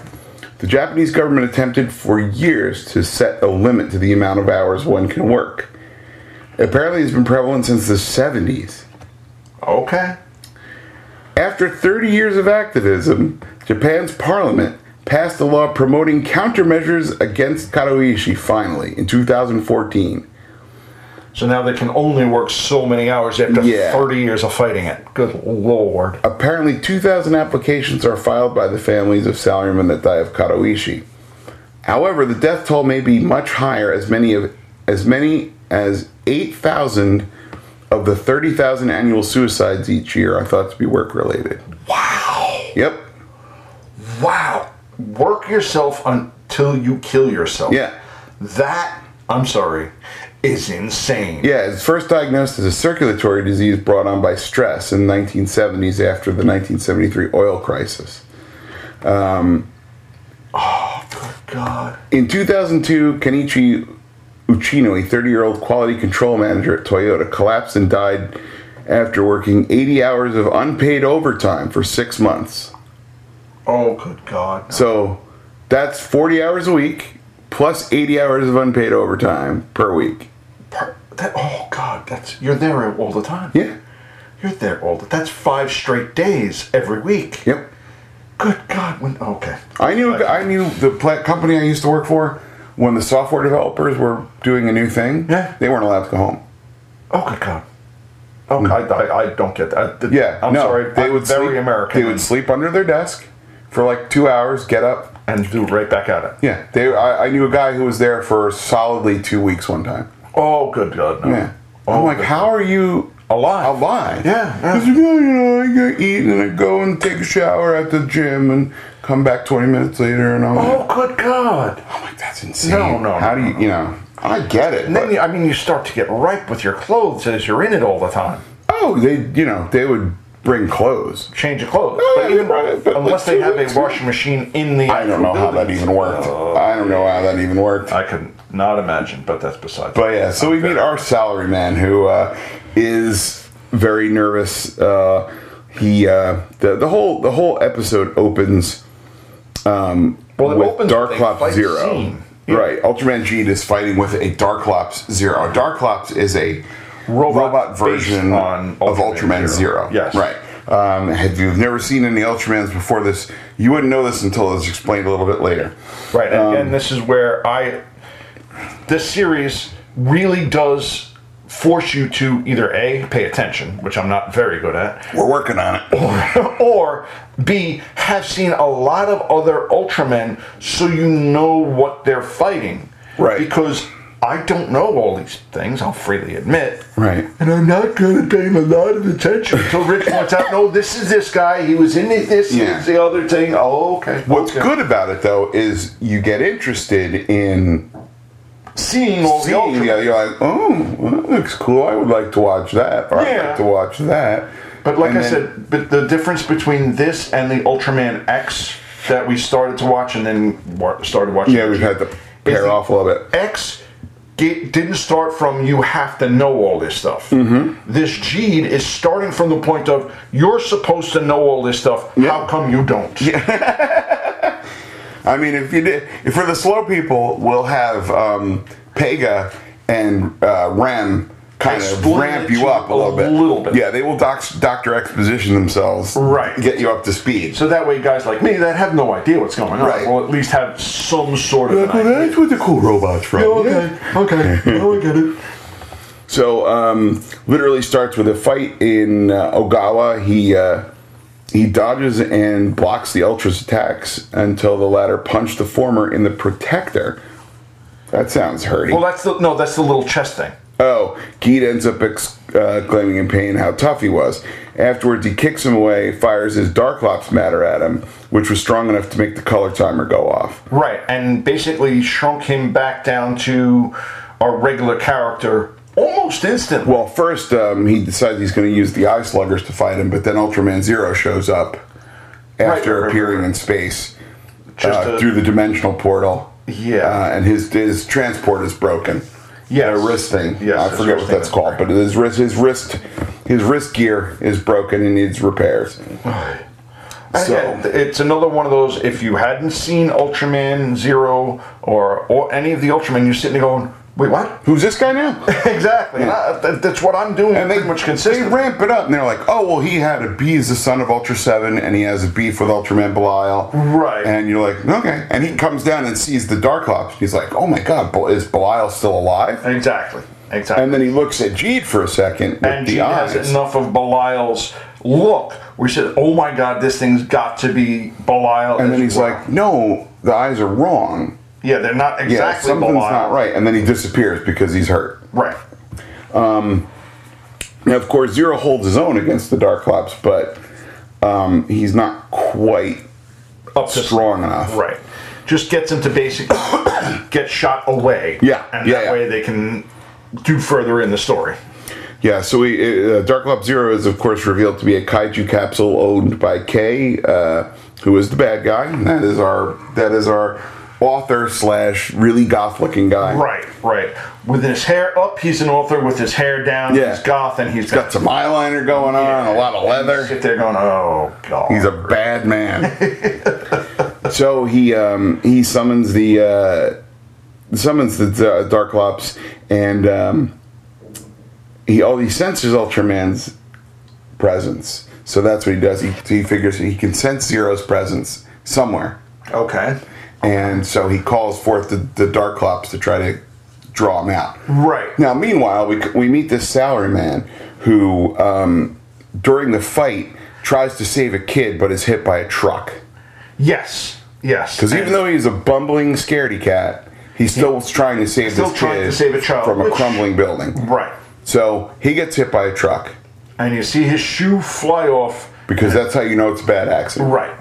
[SPEAKER 2] The Japanese government attempted for years to set a limit to the amount of hours one can work. Apparently, it's been prevalent since the 70s.
[SPEAKER 3] Okay.
[SPEAKER 2] After 30 years of activism, Japan's parliament passed a law promoting countermeasures against Kadoishi finally in 2014.
[SPEAKER 3] So now they can only work so many hours after
[SPEAKER 2] Yeah.
[SPEAKER 3] 30 years of fighting it. Good lord.
[SPEAKER 2] Apparently, 2,000 applications are filed by the families of salarymen that die of Kadoishi. However, the death toll may be much higher, as many of as many as 8,000 of the 30,000 annual suicides each year are thought to be work-related.
[SPEAKER 3] Wow.
[SPEAKER 2] Yep.
[SPEAKER 3] Wow. Work yourself until you kill yourself.
[SPEAKER 2] Yeah.
[SPEAKER 3] That, I'm sorry, is insane.
[SPEAKER 2] Yeah, it's first diagnosed as a circulatory disease brought on by stress in the 1970s after the 1973 oil crisis.
[SPEAKER 3] God.
[SPEAKER 2] In 2002, Kenichi Uchino, a 30 year old quality control manager at Toyota, collapsed and died after working 80 hours of unpaid overtime for six months.
[SPEAKER 3] Oh, good God.
[SPEAKER 2] So that's 40 hours a week plus 80 hours of unpaid overtime per week.
[SPEAKER 3] Par- that, oh, God. That's You're there all the time.
[SPEAKER 2] Yeah.
[SPEAKER 3] You're there all the That's five straight days every week.
[SPEAKER 2] Yep.
[SPEAKER 3] Good God. When, oh, okay.
[SPEAKER 2] I knew I knew the pla company I used to work for when the software developers were doing a new thing.
[SPEAKER 3] Yeah.
[SPEAKER 2] They weren't allowed to go home.
[SPEAKER 3] Oh, good God. Okay, I, I, I don't get that. Th-
[SPEAKER 2] Hmm. Yeah.
[SPEAKER 3] I'm
[SPEAKER 2] no,
[SPEAKER 3] sorry.
[SPEAKER 2] They
[SPEAKER 3] I'm
[SPEAKER 2] would
[SPEAKER 3] very
[SPEAKER 2] sleep,
[SPEAKER 3] American.
[SPEAKER 2] They would sleep under their desk for like two hours, get up,
[SPEAKER 3] and do right back at it.
[SPEAKER 2] Yeah, they. I, I knew a guy who was there for solidly two weeks one time.
[SPEAKER 3] Oh, good God! No.
[SPEAKER 2] Yeah,
[SPEAKER 3] Oh,
[SPEAKER 2] I'm like,
[SPEAKER 3] good
[SPEAKER 2] how are you
[SPEAKER 3] Alive.
[SPEAKER 2] alive?
[SPEAKER 3] Yeah, yeah.
[SPEAKER 2] He's like, "Oh, you know, I go eat and I go and take a shower at the gym and come back 20 minutes later, and I'm,
[SPEAKER 3] Oh,
[SPEAKER 2] like,
[SPEAKER 3] good God!
[SPEAKER 2] I'm like, that's insane.
[SPEAKER 3] No, no,
[SPEAKER 2] How
[SPEAKER 3] no,
[SPEAKER 2] do you,
[SPEAKER 3] no,
[SPEAKER 2] you know? I get it.
[SPEAKER 3] And then
[SPEAKER 2] But,
[SPEAKER 3] you, I mean, you start to get ripe with your clothes as you're in it all the time.
[SPEAKER 2] oh, they, you know, they would bring clothes.
[SPEAKER 3] Change of clothes,
[SPEAKER 2] Oh,
[SPEAKER 3] but
[SPEAKER 2] yeah,
[SPEAKER 3] even,
[SPEAKER 2] you're right, but
[SPEAKER 3] unless
[SPEAKER 2] like
[SPEAKER 3] they have
[SPEAKER 2] two
[SPEAKER 3] a
[SPEAKER 2] weeks-
[SPEAKER 3] washing machine in the. Uh,
[SPEAKER 2] I don't know how that even worked. I don't know how that even worked.
[SPEAKER 3] I could not imagine, but that's beside.
[SPEAKER 2] But yeah, so we meet our salary man who uh, is very nervous. Uh, he uh, the the whole the whole episode opens
[SPEAKER 3] well, it
[SPEAKER 2] with
[SPEAKER 3] opens with a
[SPEAKER 2] Darklops
[SPEAKER 3] fight
[SPEAKER 2] Zero,
[SPEAKER 3] scene. Yeah.
[SPEAKER 2] right? Ultraman Gene is fighting with a Darklops Zero. Darklops is a
[SPEAKER 3] robot,
[SPEAKER 2] robot version
[SPEAKER 3] based on
[SPEAKER 2] of Ultraman Zero.
[SPEAKER 3] Yes.
[SPEAKER 2] Right. Um, if you've never seen any Ultramans before this, you wouldn't know this until it's explained a little bit later.
[SPEAKER 3] Right, and,
[SPEAKER 2] Um,
[SPEAKER 3] and this is where I this series really does force you to either a pay attention, which I'm not very good at,
[SPEAKER 2] We're working on it.
[SPEAKER 3] or b have seen a lot of other Ultramen, so you know what they're fighting.
[SPEAKER 2] Right.
[SPEAKER 3] because. I don't know all these things, I'll freely admit.
[SPEAKER 2] Right.
[SPEAKER 3] And I'm not going to pay him a lot of attention until Rich points out, no, this is this guy, he was in this, he
[SPEAKER 2] Yeah.
[SPEAKER 3] was the other thing. Oh, okay.
[SPEAKER 2] What's
[SPEAKER 3] okay.
[SPEAKER 2] good about it though is you get interested in
[SPEAKER 3] Seeing all the
[SPEAKER 2] seeing
[SPEAKER 3] Ultramen.
[SPEAKER 2] the other. You're like, oh, well, that looks cool. I would like to watch that. Or I'd
[SPEAKER 3] Yeah.
[SPEAKER 2] like to watch that.
[SPEAKER 3] But like
[SPEAKER 2] And
[SPEAKER 3] I
[SPEAKER 2] then-
[SPEAKER 3] said, but the difference between this and the Ultraman X that we started to watch and then wa- started watching.
[SPEAKER 2] yeah, we've had to
[SPEAKER 3] Is
[SPEAKER 2] pair
[SPEAKER 3] the-
[SPEAKER 2] off a little bit.
[SPEAKER 3] X ge- didn't start from you have to know all this stuff.
[SPEAKER 2] Mm-hmm.
[SPEAKER 3] This Gede is starting from the point of you're supposed to know all this stuff. How come you don't?
[SPEAKER 2] I mean, if you did, if for the slow people, we'll have um, Pega and uh, Ram kind of
[SPEAKER 3] Explain
[SPEAKER 2] ramp
[SPEAKER 3] it
[SPEAKER 2] you
[SPEAKER 3] to
[SPEAKER 2] up a
[SPEAKER 3] you
[SPEAKER 2] little
[SPEAKER 3] a
[SPEAKER 2] bit.
[SPEAKER 3] little bit.
[SPEAKER 2] Yeah, they will doc- doctor exposition themselves.
[SPEAKER 3] Right.
[SPEAKER 2] Get you up to speed.
[SPEAKER 3] So that way, guys like me that have no idea what's going on
[SPEAKER 2] Right.
[SPEAKER 3] will at least have some sort of. an
[SPEAKER 2] Well,
[SPEAKER 3] idea.
[SPEAKER 2] that's where the cool robots from.
[SPEAKER 3] okay, now I get it.
[SPEAKER 2] So, um, literally starts with a fight in uh, Ogawa. He uh, he dodges and blocks the Ultra's attacks until the latter punch the former in the protector. That sounds hurting.
[SPEAKER 3] Well, that's the no, that's the little chest thing.
[SPEAKER 2] Oh, Geet ends up exclaiming in pain how tough he was. Afterwards, he kicks him away, fires his Darklops matter at him, which was strong enough to make the color timer go off.
[SPEAKER 3] Right, and basically shrunk him back down to a regular character almost instantly.
[SPEAKER 2] Well, first, um, he decides he's going to use the Eye Sluggers to fight him, but then Ultraman Zero shows up
[SPEAKER 3] Right,
[SPEAKER 2] after
[SPEAKER 3] right, right,
[SPEAKER 2] appearing
[SPEAKER 3] right.
[SPEAKER 2] in space
[SPEAKER 3] Just
[SPEAKER 2] uh,
[SPEAKER 3] a-
[SPEAKER 2] through the dimensional portal.
[SPEAKER 3] Yeah.
[SPEAKER 2] Uh, and his, his transport is broken.
[SPEAKER 3] Yes.
[SPEAKER 2] A wrist thing.
[SPEAKER 3] Yes,
[SPEAKER 2] I forget
[SPEAKER 3] his wrist
[SPEAKER 2] what
[SPEAKER 3] thing
[SPEAKER 2] that's
[SPEAKER 3] is
[SPEAKER 2] called, but his wrist, his wrist, his wrist gear is broken and needs repairs.
[SPEAKER 3] And
[SPEAKER 2] so-
[SPEAKER 3] yeah, it's another one of those. If you hadn't seen Ultraman Zero or or any of the Ultraman, you're sitting there going, "Wait, what?"
[SPEAKER 2] Who's this guy now?
[SPEAKER 3] exactly. and I- that- that's what I'm doing.
[SPEAKER 2] And they,
[SPEAKER 3] pretty much
[SPEAKER 2] they
[SPEAKER 3] consistent.
[SPEAKER 2] ramp it up, and they're like, "Oh, well, he had a beef. the son of Ultra Seven, and he has a beef with Ultraman Belial."
[SPEAKER 3] Right.
[SPEAKER 2] And you're like, "Okay." And he comes down and sees the Darklops. He's like, "Oh my God, Bel- is Belial still alive?"
[SPEAKER 3] exactly. Exactly.
[SPEAKER 2] And then he looks at Jeed for a second with
[SPEAKER 3] and
[SPEAKER 2] the
[SPEAKER 3] she
[SPEAKER 2] eyes.
[SPEAKER 3] has enough of Belial's look. We said, "Oh my God, this thing's got to be Belial."
[SPEAKER 2] and
[SPEAKER 3] as
[SPEAKER 2] then he's
[SPEAKER 3] well."
[SPEAKER 2] like, "No, the eyes are wrong.
[SPEAKER 3] "Yeah, they're not exactly
[SPEAKER 2] Yeah, something's
[SPEAKER 3] Belial."
[SPEAKER 2] not right." And then he disappears because he's hurt.
[SPEAKER 3] Right.
[SPEAKER 2] Now, of course, Zero holds his own against the Darklops, but um, he's not quite
[SPEAKER 3] Up to
[SPEAKER 2] strong enough.
[SPEAKER 3] Right. Just gets them to basically get shot away.
[SPEAKER 2] Yeah,
[SPEAKER 3] And
[SPEAKER 2] yeah,
[SPEAKER 3] that
[SPEAKER 2] yeah.
[SPEAKER 3] way they can do further in the story.
[SPEAKER 2] Yeah, so we, uh, Dark Lop Zero is, of course, revealed to be a kaiju capsule owned by K, uh, who is the bad guy. That is our that is our author slash really goth looking guy.
[SPEAKER 3] Right, right. With his hair up, he's an author. With his hair down,
[SPEAKER 2] Yeah.
[SPEAKER 3] he's goth, and he's
[SPEAKER 2] Got some eyeliner going on, a lot of leather.
[SPEAKER 3] Sit there going, oh god.
[SPEAKER 2] He's a bad man. so he um, he summons the uh, summons the uh, Dark Lops and um, he all he senses Ultraman's presence. So that's what he does. He, he figures he can sense Zero's presence somewhere,
[SPEAKER 3] okay.
[SPEAKER 2] and so he calls forth the, the Dark Lops to try to draw him out.
[SPEAKER 3] Right.
[SPEAKER 2] Now, meanwhile, we, we meet this salaryman who, um, during the fight, tries to save a kid but is hit by a truck.
[SPEAKER 3] Yes. Yes.
[SPEAKER 2] Because even
[SPEAKER 3] And
[SPEAKER 2] though he's a bumbling scaredy cat, he's still trying to save
[SPEAKER 3] Still
[SPEAKER 2] this
[SPEAKER 3] trying
[SPEAKER 2] kid
[SPEAKER 3] to save a child,
[SPEAKER 2] from a
[SPEAKER 3] which-
[SPEAKER 2] crumbling building.
[SPEAKER 3] Right.
[SPEAKER 2] So he gets hit by a truck
[SPEAKER 3] And you see his shoe fly off.
[SPEAKER 2] because that's how you know it's a bad accident.
[SPEAKER 3] Right.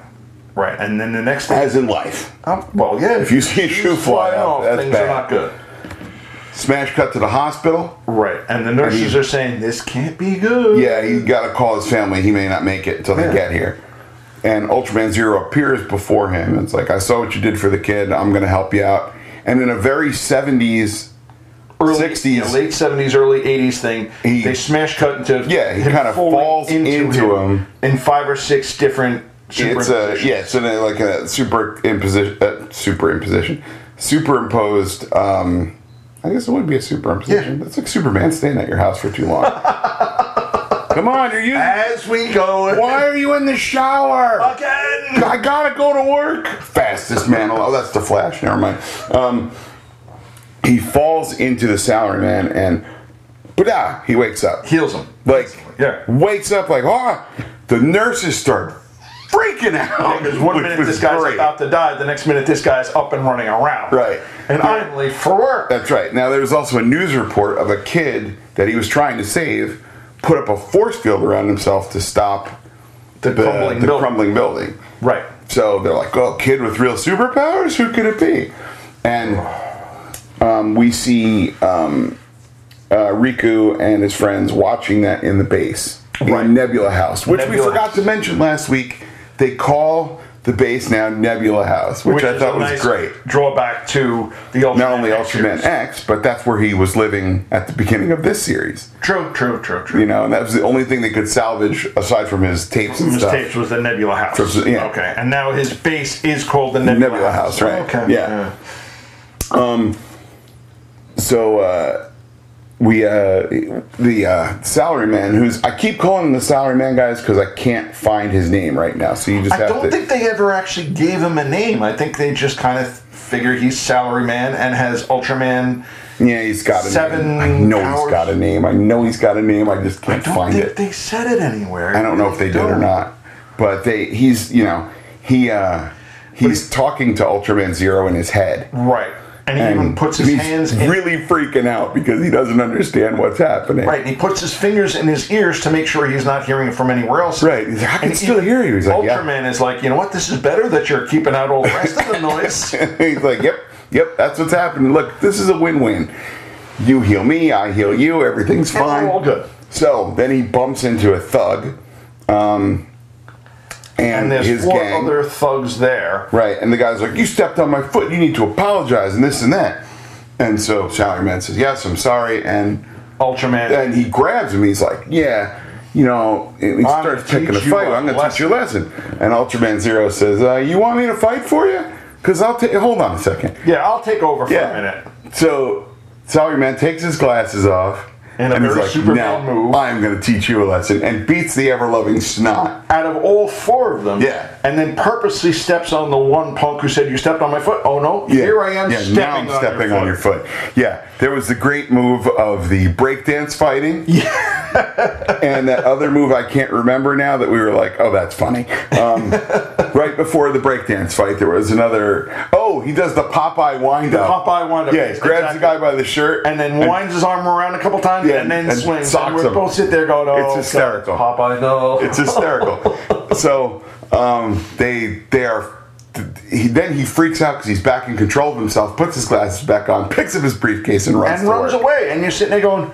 [SPEAKER 3] Right. And then the next thing
[SPEAKER 2] As in life.
[SPEAKER 3] Um, well, yeah.
[SPEAKER 2] If you see a shoe fly
[SPEAKER 3] flying
[SPEAKER 2] off, that's
[SPEAKER 3] things
[SPEAKER 2] bad.
[SPEAKER 3] are not good.
[SPEAKER 2] Smash cut to the hospital.
[SPEAKER 3] Right. And the nurses
[SPEAKER 2] he-
[SPEAKER 3] are saying this can't be good.
[SPEAKER 2] Yeah, he got to call his family. He may not make it until they
[SPEAKER 3] Yeah.
[SPEAKER 2] get here. And Ultraman Zero appears before him. It's like, I saw what you did for the kid. I'm going to help you out. And in a very 70s,
[SPEAKER 3] Early-
[SPEAKER 2] 60s.
[SPEAKER 3] yeah, late seventies, early eighties thing.
[SPEAKER 2] He-
[SPEAKER 3] they smash cut into
[SPEAKER 2] Yeah, he
[SPEAKER 3] him
[SPEAKER 2] kinda
[SPEAKER 3] falling
[SPEAKER 2] falls into him.
[SPEAKER 3] in five or six different.
[SPEAKER 2] it's a
[SPEAKER 3] superimpositions.
[SPEAKER 2] yeah, it's in a, like a superimposition, uh, superimposition, superimposed. Um, I guess it would be a superimposition.
[SPEAKER 3] Yeah.
[SPEAKER 2] That's like Superman staying at your house for too long. Come on, you're using.
[SPEAKER 3] As we go
[SPEAKER 2] Why are you in the
[SPEAKER 3] Oh,
[SPEAKER 2] shower?
[SPEAKER 3] again.
[SPEAKER 2] I gotta go to work. Fastest man alive. Oh, that's the Flash. Never mind. Um, he falls into the salary man, and but ah, he wakes up.
[SPEAKER 3] Heals him.
[SPEAKER 2] like
[SPEAKER 3] Yeah.
[SPEAKER 2] wakes up like ah. The nurses start freaking out.
[SPEAKER 3] Because one
[SPEAKER 2] which
[SPEAKER 3] minute
[SPEAKER 2] was
[SPEAKER 3] this guy's
[SPEAKER 2] great.
[SPEAKER 3] about to die, the next minute this guy's up and running around.
[SPEAKER 2] Right.
[SPEAKER 3] And I'm late for work.
[SPEAKER 2] That's right. Now there was also a news report of a kid that he was trying to save put up a force field around himself to stop
[SPEAKER 3] The,
[SPEAKER 2] the,
[SPEAKER 3] crumbling
[SPEAKER 2] the
[SPEAKER 3] building.
[SPEAKER 2] crumbling building.
[SPEAKER 3] Right.
[SPEAKER 2] So they're like, "Oh, kid with real superpowers? Who could it be?" And um, we see um, uh, Riku and his friends watching that in the base
[SPEAKER 3] Right.
[SPEAKER 2] in Nebula House, which we
[SPEAKER 3] Nebula
[SPEAKER 2] forgot
[SPEAKER 3] House.
[SPEAKER 2] to mention last week. They call the base now Nebula House, which, I
[SPEAKER 3] is
[SPEAKER 2] thought
[SPEAKER 3] a
[SPEAKER 2] was
[SPEAKER 3] nice
[SPEAKER 2] great
[SPEAKER 3] Drawback to the Ultraman.
[SPEAKER 2] not only eh.
[SPEAKER 3] X
[SPEAKER 2] Ultraman
[SPEAKER 3] series.
[SPEAKER 2] X, but that's where he was living at the beginning of this series.
[SPEAKER 3] True, true, true, true.
[SPEAKER 2] You know, and that was the only thing they could salvage aside from his tapes and
[SPEAKER 3] His
[SPEAKER 2] stuff.
[SPEAKER 3] tapes was the Nebula House.
[SPEAKER 2] So- yeah.
[SPEAKER 3] Okay, and now his base is called the Nebula,
[SPEAKER 2] Nebula House, right.
[SPEAKER 3] Okay.
[SPEAKER 2] Yeah. So uh, we uh, the uh, salary man, who's I keep calling him the salary man, guys, because I can't find his name right now. So you just
[SPEAKER 3] I
[SPEAKER 2] have
[SPEAKER 3] don't
[SPEAKER 2] to.
[SPEAKER 3] think they ever actually gave him a name. I think they just kind of figure he's Salaryman and has Ultraman.
[SPEAKER 2] yeah, he's got a
[SPEAKER 3] Seven
[SPEAKER 2] name. I know
[SPEAKER 3] powers.
[SPEAKER 2] he's got a name. I know he's got a name. I just
[SPEAKER 3] I
[SPEAKER 2] can't
[SPEAKER 3] don't
[SPEAKER 2] find
[SPEAKER 3] think
[SPEAKER 2] it.
[SPEAKER 3] they said it anywhere.
[SPEAKER 2] I don't know if they did or
[SPEAKER 3] Don't.
[SPEAKER 2] not, but they he's you know he uh, he's talking to Ultraman Zero in his head.
[SPEAKER 3] Right. And he even puts his
[SPEAKER 2] he's
[SPEAKER 3] hands in.
[SPEAKER 2] really freaking out because he doesn't understand what's happening.
[SPEAKER 3] Right, and he puts his fingers in his ears to make sure he's not hearing it from anywhere else.
[SPEAKER 2] Right. He's like, I can
[SPEAKER 3] And
[SPEAKER 2] still
[SPEAKER 3] even
[SPEAKER 2] hear you. He's like, yeah.
[SPEAKER 3] Ultraman is like, you know what? This is better that you're keeping out all the rest of the noise.
[SPEAKER 2] he's like, yep, yep, that's what's happening. Look, this is a win-win. You heal me, I heal you. Everything's
[SPEAKER 3] And we're
[SPEAKER 2] fine.
[SPEAKER 3] all good.
[SPEAKER 2] So then he bumps into a thug, um, and,
[SPEAKER 3] And there's
[SPEAKER 2] his
[SPEAKER 3] four
[SPEAKER 2] gang.
[SPEAKER 3] other thugs there.
[SPEAKER 2] Right. And the guy's like, You stepped on my foot. You need to apologize and this and that. And so Salaryman says, Yes, I'm sorry. And
[SPEAKER 3] Ultraman.
[SPEAKER 2] and he grabs him. He's like, Yeah, you know, and he
[SPEAKER 3] I'm
[SPEAKER 2] starts
[SPEAKER 3] gonna
[SPEAKER 2] picking a
[SPEAKER 3] teach you
[SPEAKER 2] fight.
[SPEAKER 3] a
[SPEAKER 2] I'm going to teach you a lesson. And Ultraman Zero says, uh, You want me to fight for you? Because I'll take, hold on a second.
[SPEAKER 3] yeah, I'll take over for
[SPEAKER 2] Yeah.
[SPEAKER 3] a minute.
[SPEAKER 2] So Salaryman takes his glasses off.
[SPEAKER 3] In a
[SPEAKER 2] and he's
[SPEAKER 3] very
[SPEAKER 2] like,
[SPEAKER 3] Superman
[SPEAKER 2] now
[SPEAKER 3] move."
[SPEAKER 2] I'm going to teach you a lesson. And beats the ever loving snot.
[SPEAKER 3] Out of all four of them,
[SPEAKER 2] Yeah.
[SPEAKER 3] and then purposely steps on the one punk who said you stepped on my foot. Oh no,
[SPEAKER 2] Yeah.
[SPEAKER 3] here I am
[SPEAKER 2] Yeah,
[SPEAKER 3] stepping,
[SPEAKER 2] now I'm
[SPEAKER 3] on,
[SPEAKER 2] stepping
[SPEAKER 3] your
[SPEAKER 2] on your foot. Yeah, there was the great move of the breakdance fighting. and that other move I can't remember now that we were like, oh, that's funny. Um, right before the breakdance fight, there was another. Oh, he does the Popeye wind up.
[SPEAKER 3] Popeye wind up.
[SPEAKER 2] Yeah, he grabs
[SPEAKER 3] Exactly.
[SPEAKER 2] the guy by the shirt
[SPEAKER 3] and then winds his arm around a couple times
[SPEAKER 2] Yeah,
[SPEAKER 3] and then
[SPEAKER 2] and
[SPEAKER 3] swings.
[SPEAKER 2] socks
[SPEAKER 3] and we're
[SPEAKER 2] him.
[SPEAKER 3] both sit there going, "Oh,
[SPEAKER 2] It's hysterical.
[SPEAKER 3] God, Popeye, no."
[SPEAKER 2] It's hysterical. so um, they they are. He, then he freaks out because he's back in control of himself. Puts his glasses back on, picks up his briefcase, and runs.
[SPEAKER 3] and
[SPEAKER 2] to
[SPEAKER 3] runs
[SPEAKER 2] work.
[SPEAKER 3] away, and you're sitting there going,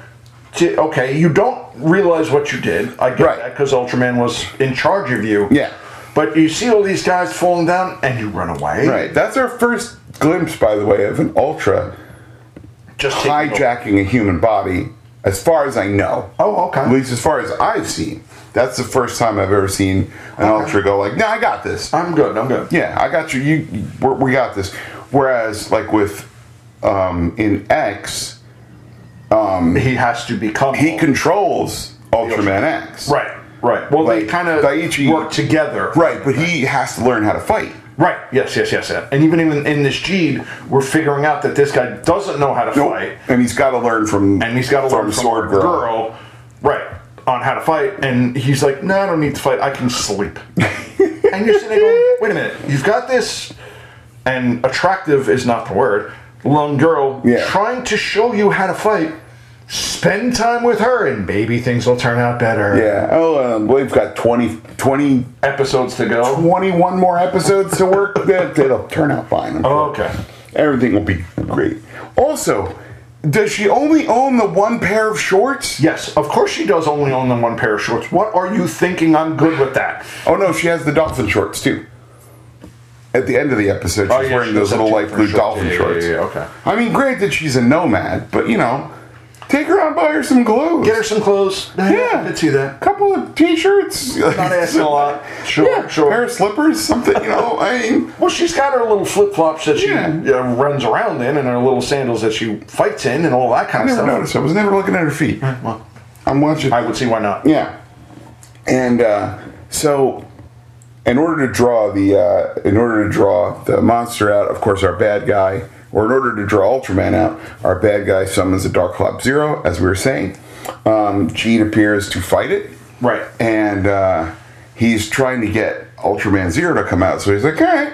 [SPEAKER 3] "T- "Okay, you don't realize what you did. I get
[SPEAKER 2] Right.
[SPEAKER 3] that because Ultraman was in charge of you."
[SPEAKER 2] Yeah.
[SPEAKER 3] But you see all these guys falling down, and you run away.
[SPEAKER 2] Right. That's our first glimpse, by the way, of an ultra
[SPEAKER 3] Just taking over.
[SPEAKER 2] hijacking a human body, as far as I know.
[SPEAKER 3] Oh, okay.
[SPEAKER 2] At least as far as I've seen. That's the first time I've ever seen an ultra go like, "No, I got this.
[SPEAKER 3] I'm good. I'm good.
[SPEAKER 2] Yeah, I got you. You, you- we're, we got this." Whereas, like with um, in X,
[SPEAKER 3] He has to become.
[SPEAKER 2] he controls Ultraman X.
[SPEAKER 3] Right. Right. Well, they
[SPEAKER 2] Like,
[SPEAKER 3] kind of
[SPEAKER 2] Daiichi-
[SPEAKER 3] work together.
[SPEAKER 2] Right, but he has to learn how to fight.
[SPEAKER 3] Right. Yes. Yes. Yes. yes. And even in, in this Jeed, we're figuring out that this guy doesn't know how to fight.
[SPEAKER 2] And he's got to learn from
[SPEAKER 3] and he's got to learn from Sword girl. right, on how to fight. And he's like, "No, I don't need to fight. I can sleep." and you're sitting there going, "Wait a minute, you've got this." And attractive is not the word. Lone girl
[SPEAKER 2] Yeah.
[SPEAKER 3] trying to show you how to fight. Spend time with her, and maybe things will turn out better.
[SPEAKER 2] Yeah. Oh, um, we've got 20, 20
[SPEAKER 3] Episodes to go.
[SPEAKER 2] 21 more episodes to work that it'll turn out fine. I'm sure.
[SPEAKER 3] Okay.
[SPEAKER 2] Everything will be great. Also, does she only own the one pair of shorts?
[SPEAKER 3] Yes, of course she does only own the one pair of shorts. What are you thinking? I'm good with that.
[SPEAKER 2] Oh no, she has the dolphin shorts too. At the end of the episode, she's
[SPEAKER 3] Oh, yeah,
[SPEAKER 2] wearing
[SPEAKER 3] she
[SPEAKER 2] those
[SPEAKER 3] does have
[SPEAKER 2] little
[SPEAKER 3] two
[SPEAKER 2] light blue
[SPEAKER 3] different shorts.
[SPEAKER 2] dolphin
[SPEAKER 3] Yeah, yeah,
[SPEAKER 2] shorts.
[SPEAKER 3] yeah, okay.
[SPEAKER 2] I mean, granted, she's a nomad, but you know, Take her out, buy her some clothes.
[SPEAKER 3] Get her some clothes.
[SPEAKER 2] Yeah.
[SPEAKER 3] I could see that.
[SPEAKER 2] couple of t-shirts. Not
[SPEAKER 3] Not asking a lot. Sure,
[SPEAKER 2] Yeah,
[SPEAKER 3] sure.
[SPEAKER 2] pair of slippers, something. You know, I mean,
[SPEAKER 3] Well, she's got her little flip flops that she
[SPEAKER 2] Yeah.
[SPEAKER 3] uh, runs around in, and her little sandals that she fights in, and all that
[SPEAKER 2] I
[SPEAKER 3] kind of
[SPEAKER 2] never
[SPEAKER 3] stuff.
[SPEAKER 2] noticed. I was never looking at her feet.
[SPEAKER 3] Well,
[SPEAKER 2] I'm watching.
[SPEAKER 3] I would see why not.
[SPEAKER 2] Yeah, and uh, so in order to draw the uh, in order to draw the monster out, of course, our bad guy, or in order to draw Ultraman out, our bad guy summons a Dark Cloud Zero, as we were saying. Um, Gene appears to fight it,
[SPEAKER 3] Right.
[SPEAKER 2] and uh, he's trying to get Ultraman Zero to come out. So he's like, all right,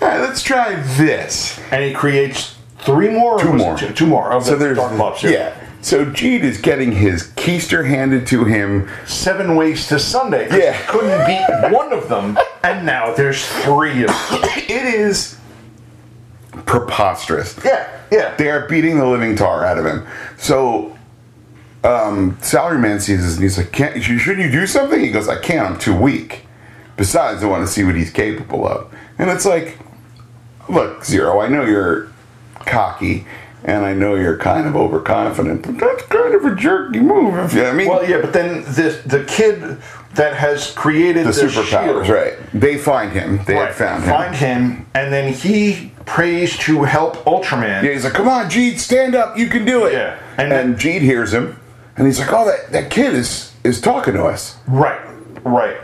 [SPEAKER 2] all right, let's try this.
[SPEAKER 3] And he creates three more. or
[SPEAKER 2] Two
[SPEAKER 3] was it
[SPEAKER 2] more.
[SPEAKER 3] Two, two more. Of
[SPEAKER 2] So
[SPEAKER 3] the
[SPEAKER 2] there's
[SPEAKER 3] dark flops.
[SPEAKER 2] yeah. So Gene is getting his keister handed to him
[SPEAKER 3] Seven ways to Sunday. 'cause
[SPEAKER 2] Yeah.
[SPEAKER 3] he Couldn't beat one of them, and now there's three of them.
[SPEAKER 2] it is preposterous.
[SPEAKER 3] Yeah. Yeah.
[SPEAKER 2] They are beating the living tar out of him. So um, Salaryman sees this and he's like, "Can't you? Shouldn't you do something?" He goes, "I can't. I'm too weak. Besides, I want to see what he's capable of." And it's like, "Look, Zero. I know you're cocky." And I know you're kind of overconfident, but that's kind of a jerky move. If you, I mean,
[SPEAKER 3] Well, yeah, but then the the kid that has created
[SPEAKER 2] the
[SPEAKER 3] the,
[SPEAKER 2] superpowers,
[SPEAKER 3] shield-
[SPEAKER 2] right? They find him. They
[SPEAKER 3] right,
[SPEAKER 2] had found him.
[SPEAKER 3] Find him, and then he prays to help Ultraman.
[SPEAKER 2] Yeah, he's like, "Come on, Jeed, stand up. You can do it."
[SPEAKER 3] Yeah.
[SPEAKER 2] And,
[SPEAKER 3] And-
[SPEAKER 2] Jeed hears him, and he's like, "Oh, that, that kid is is talking to us."
[SPEAKER 3] Right, right.